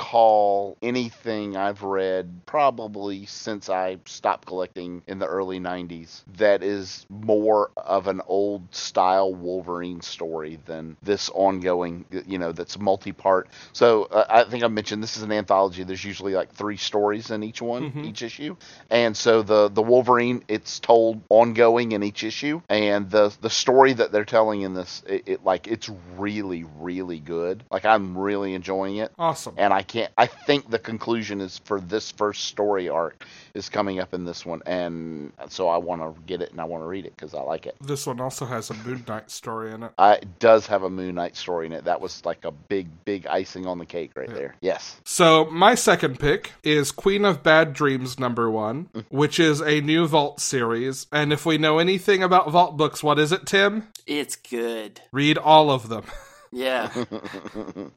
recall anything I've read probably since I stopped collecting in the early '90s that is more of an old style Wolverine story than this ongoing. You know that's multi-part. So uh, I think I mentioned this is an anthology. There's usually like three stories in each one,
Mhm.
each issue, and so the the Wolverine it's told ongoing in each issue, and the the story that they're telling in this it, it like it's really really good. Like I'm really enjoying it,
Awesome.
and I can't. I think the conclusion is for this first story arc is coming up in this one, and so I want to get it and I want to read it because I like it.
This one also has a Moon Knight story in it.
Uh, it does have a Moon Knight story in it. That was like a big, big icing on the cake right
Yeah.
there. Yes.
So my second pick is Queen of Bad Dreams number one, which is a new Vault series. And if we know anything about Vault books, what is it, Tim?
It's good.
Read all of them.
Yeah.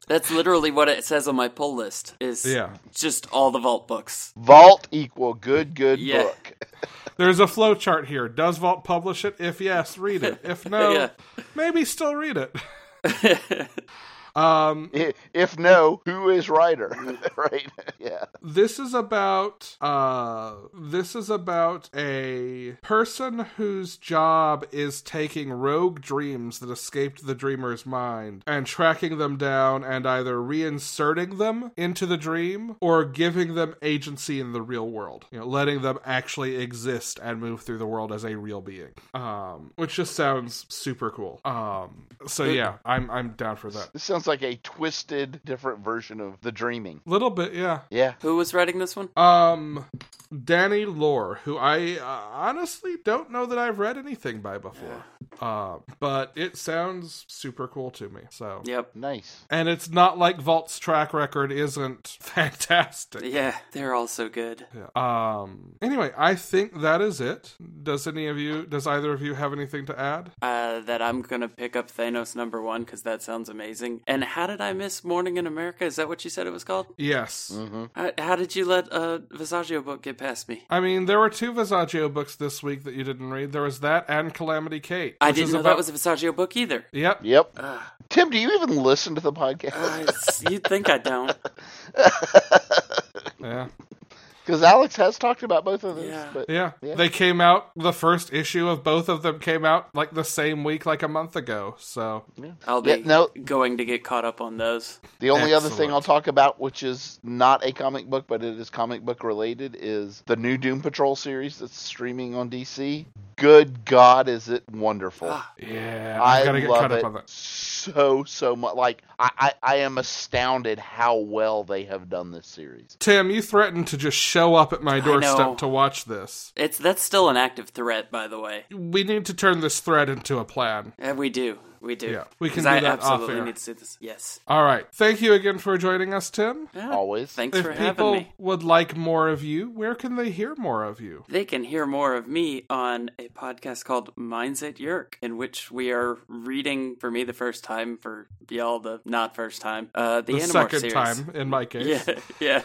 That's literally what it says on my pull list is
yeah.
just all the vault books.
Vault equal good, good
Yeah.
book.
There's a flow chart here. Does Vault publish it? If yes, read it. If no,
Yeah.
maybe still read it.
yeah.
Um,
I- If no, who is writer? right? Yeah.
this is about uh this is about a person whose job is taking rogue dreams that escaped the dreamer's mind and tracking them down and either reinserting them into the dream or giving them agency in the real world you know letting them actually exist and move through the world as a real being um which just sounds super cool um so yeah i'm i'm down for that
This sounds like a twisted, different version of The Dreaming.
little bit yeah
Yeah.
Who was writing this one?
Um, Danny Lore, who I uh, honestly don't know that I've read anything by before, uh, but it sounds super cool to me. So,
Yep.
Nice.
and it's not like Vault's track record isn't fantastic.
Yeah, they're all so good.
Yeah. Um. Anyway, I think that is it. Does any of you? Does either of you have anything to add?
Uh, that I'm gonna pick up Thanos number one because that sounds amazing. And how did I miss Morning in America? Is that what you said it was called?
Yes.
hmm
How, how did you let a Visaggio book get past me?
I mean, there were two Visaggio books this week that you didn't read. There was that and Calamity Kate.
I
which
didn't
is
know
about-
that was a Visaggio book either.
Yep.
Yep.
Ugh.
Tim, do you even listen to the podcast?
Uh, it's- you'd think I don't.
Yeah.
Because Alex has talked about both of those.
Yeah.
But
Yeah.
Yeah.
They came out, the first issue of both of them came out like the same week, like a month ago. So,
I'll be
Yeah, no.
going to get caught up on those.
The only other thing
Excellent.
I'll talk about, which is not a comic book, but it is comic book related, is the new Doom Patrol series that's streaming on DC. Good God, is it wonderful!
Ah,
yeah.
I
I've got to get
love
caught
it
up on that.
so so much. Like I, I, I am astounded how well they have done this series.
Tim, you threatened to just show up at my
know.
doorstep to watch this.
it's that's still an active threat, by the way.
We need to turn this thread into a plan.
And we do, we do.
Yeah, we can
'Cause
do
I
that off
absolutely
air.
need to see this. Yes.
All right. Thank you again for joining us, Tim.
Yeah,
Always.
Thanks
if
for having
people
me.
would like more of you, where can they hear more of you?
They can hear more of me on a podcast called Minds at Yerk, in which we are reading for me the first time, for y'all the not first time, uh, the,
The,
Animorph
second
series.
time, in my case.
Yeah, yeah.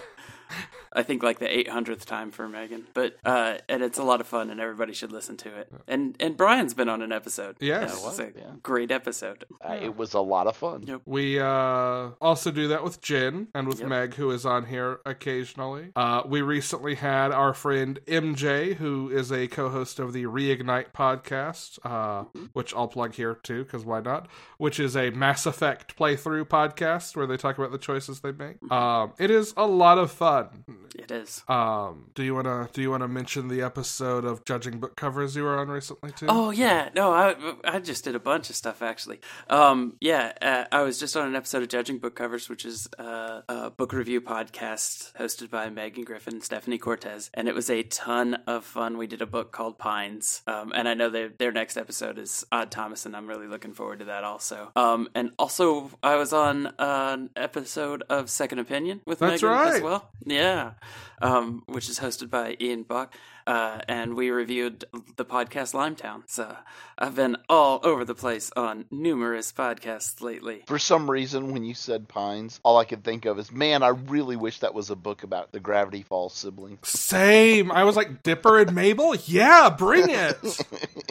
I think like the 800th time for Megan, but uh, and it's a lot of fun, and everybody should listen to it. And and Brian's been on an episode.
Yes.
Yeah, it's a
Yeah.
great episode.
Uh, it was a lot of fun.
Yep.
We uh, also do that with Jin and with
Yep.
Meg, who is on here occasionally. Uh, we recently had our friend MJ, who is a co host of the Reignite podcast, uh,
Mm-hmm.
which I'll plug here too, because why not? Which is a Mass Effect playthrough podcast where they talk about the choices they make.
Mm-hmm.
Um, it is a lot of fun.
It is.
Um, do you wanna do you wanna mention the episode of judging book covers you were on recently too?
Oh yeah, no, I I just did a bunch of stuff actually. Um, yeah, uh, I was just on an episode of Judging Book Covers, which is uh, a book review podcast hosted by Megan Griffin and Stephanie Cortez, and it was a ton of fun. We did a book called Pines, um, and I know they, their next episode is Odd Thomas, and I'm really looking forward to that also. Um, and also I was on an episode of Second Opinion with
That's
Megan
right.
as well. Yeah, um, which is hosted by Ian Buck. uh, and we reviewed the podcast Limetown. So I've been all over the place on numerous podcasts lately.
For some reason, when you said Pines, all I could think of is, man, I really wish that was a book about the Gravity Falls siblings.
Same. I was like, Dipper and Mabel? Yeah, bring it.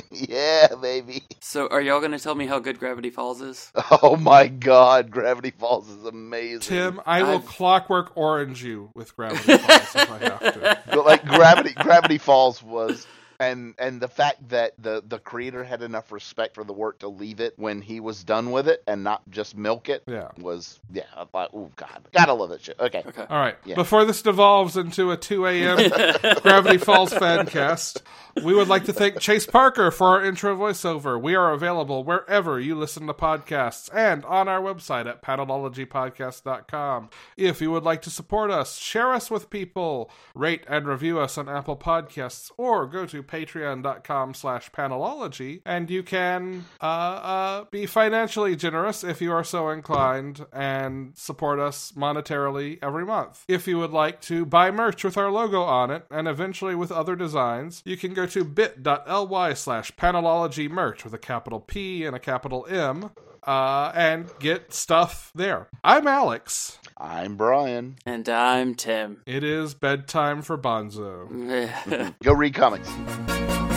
yeah, baby.
So are y'all going to tell me how good Gravity Falls is?
Oh my God, Gravity Falls is amazing.
Tim, I will clockwork orange you with Gravity Falls if I have to.
But like Gravity, Gravity Falls was and and the fact that the the creator had enough respect for the work to leave it when he was done with it and not just milk it
Yeah.
was yeah I thought oh god gotta love that shit okay
Okay.
All right.
Yeah.
Before this devolves into a 2 a.m. Gravity Falls fan cast, we would like to thank Chase Parker for our intro voiceover. We are available wherever you listen to podcasts and on our website at paddleologypodcast.com. If you would like to support us, share us with people, rate and review us on Apple Podcasts, or go to patreon.com slash panelology, and you can uh, uh, be financially generous if you are so inclined and support us monetarily every month. If you would like to buy merch with our logo on it and eventually with other designs, you can go to bit.ly slash panelology merch with a capital P and a capital M uh, and get stuff there. I'm Alex.
I'm Brian
And I'm Tim.
It is bedtime for Bonzo.
go read comics.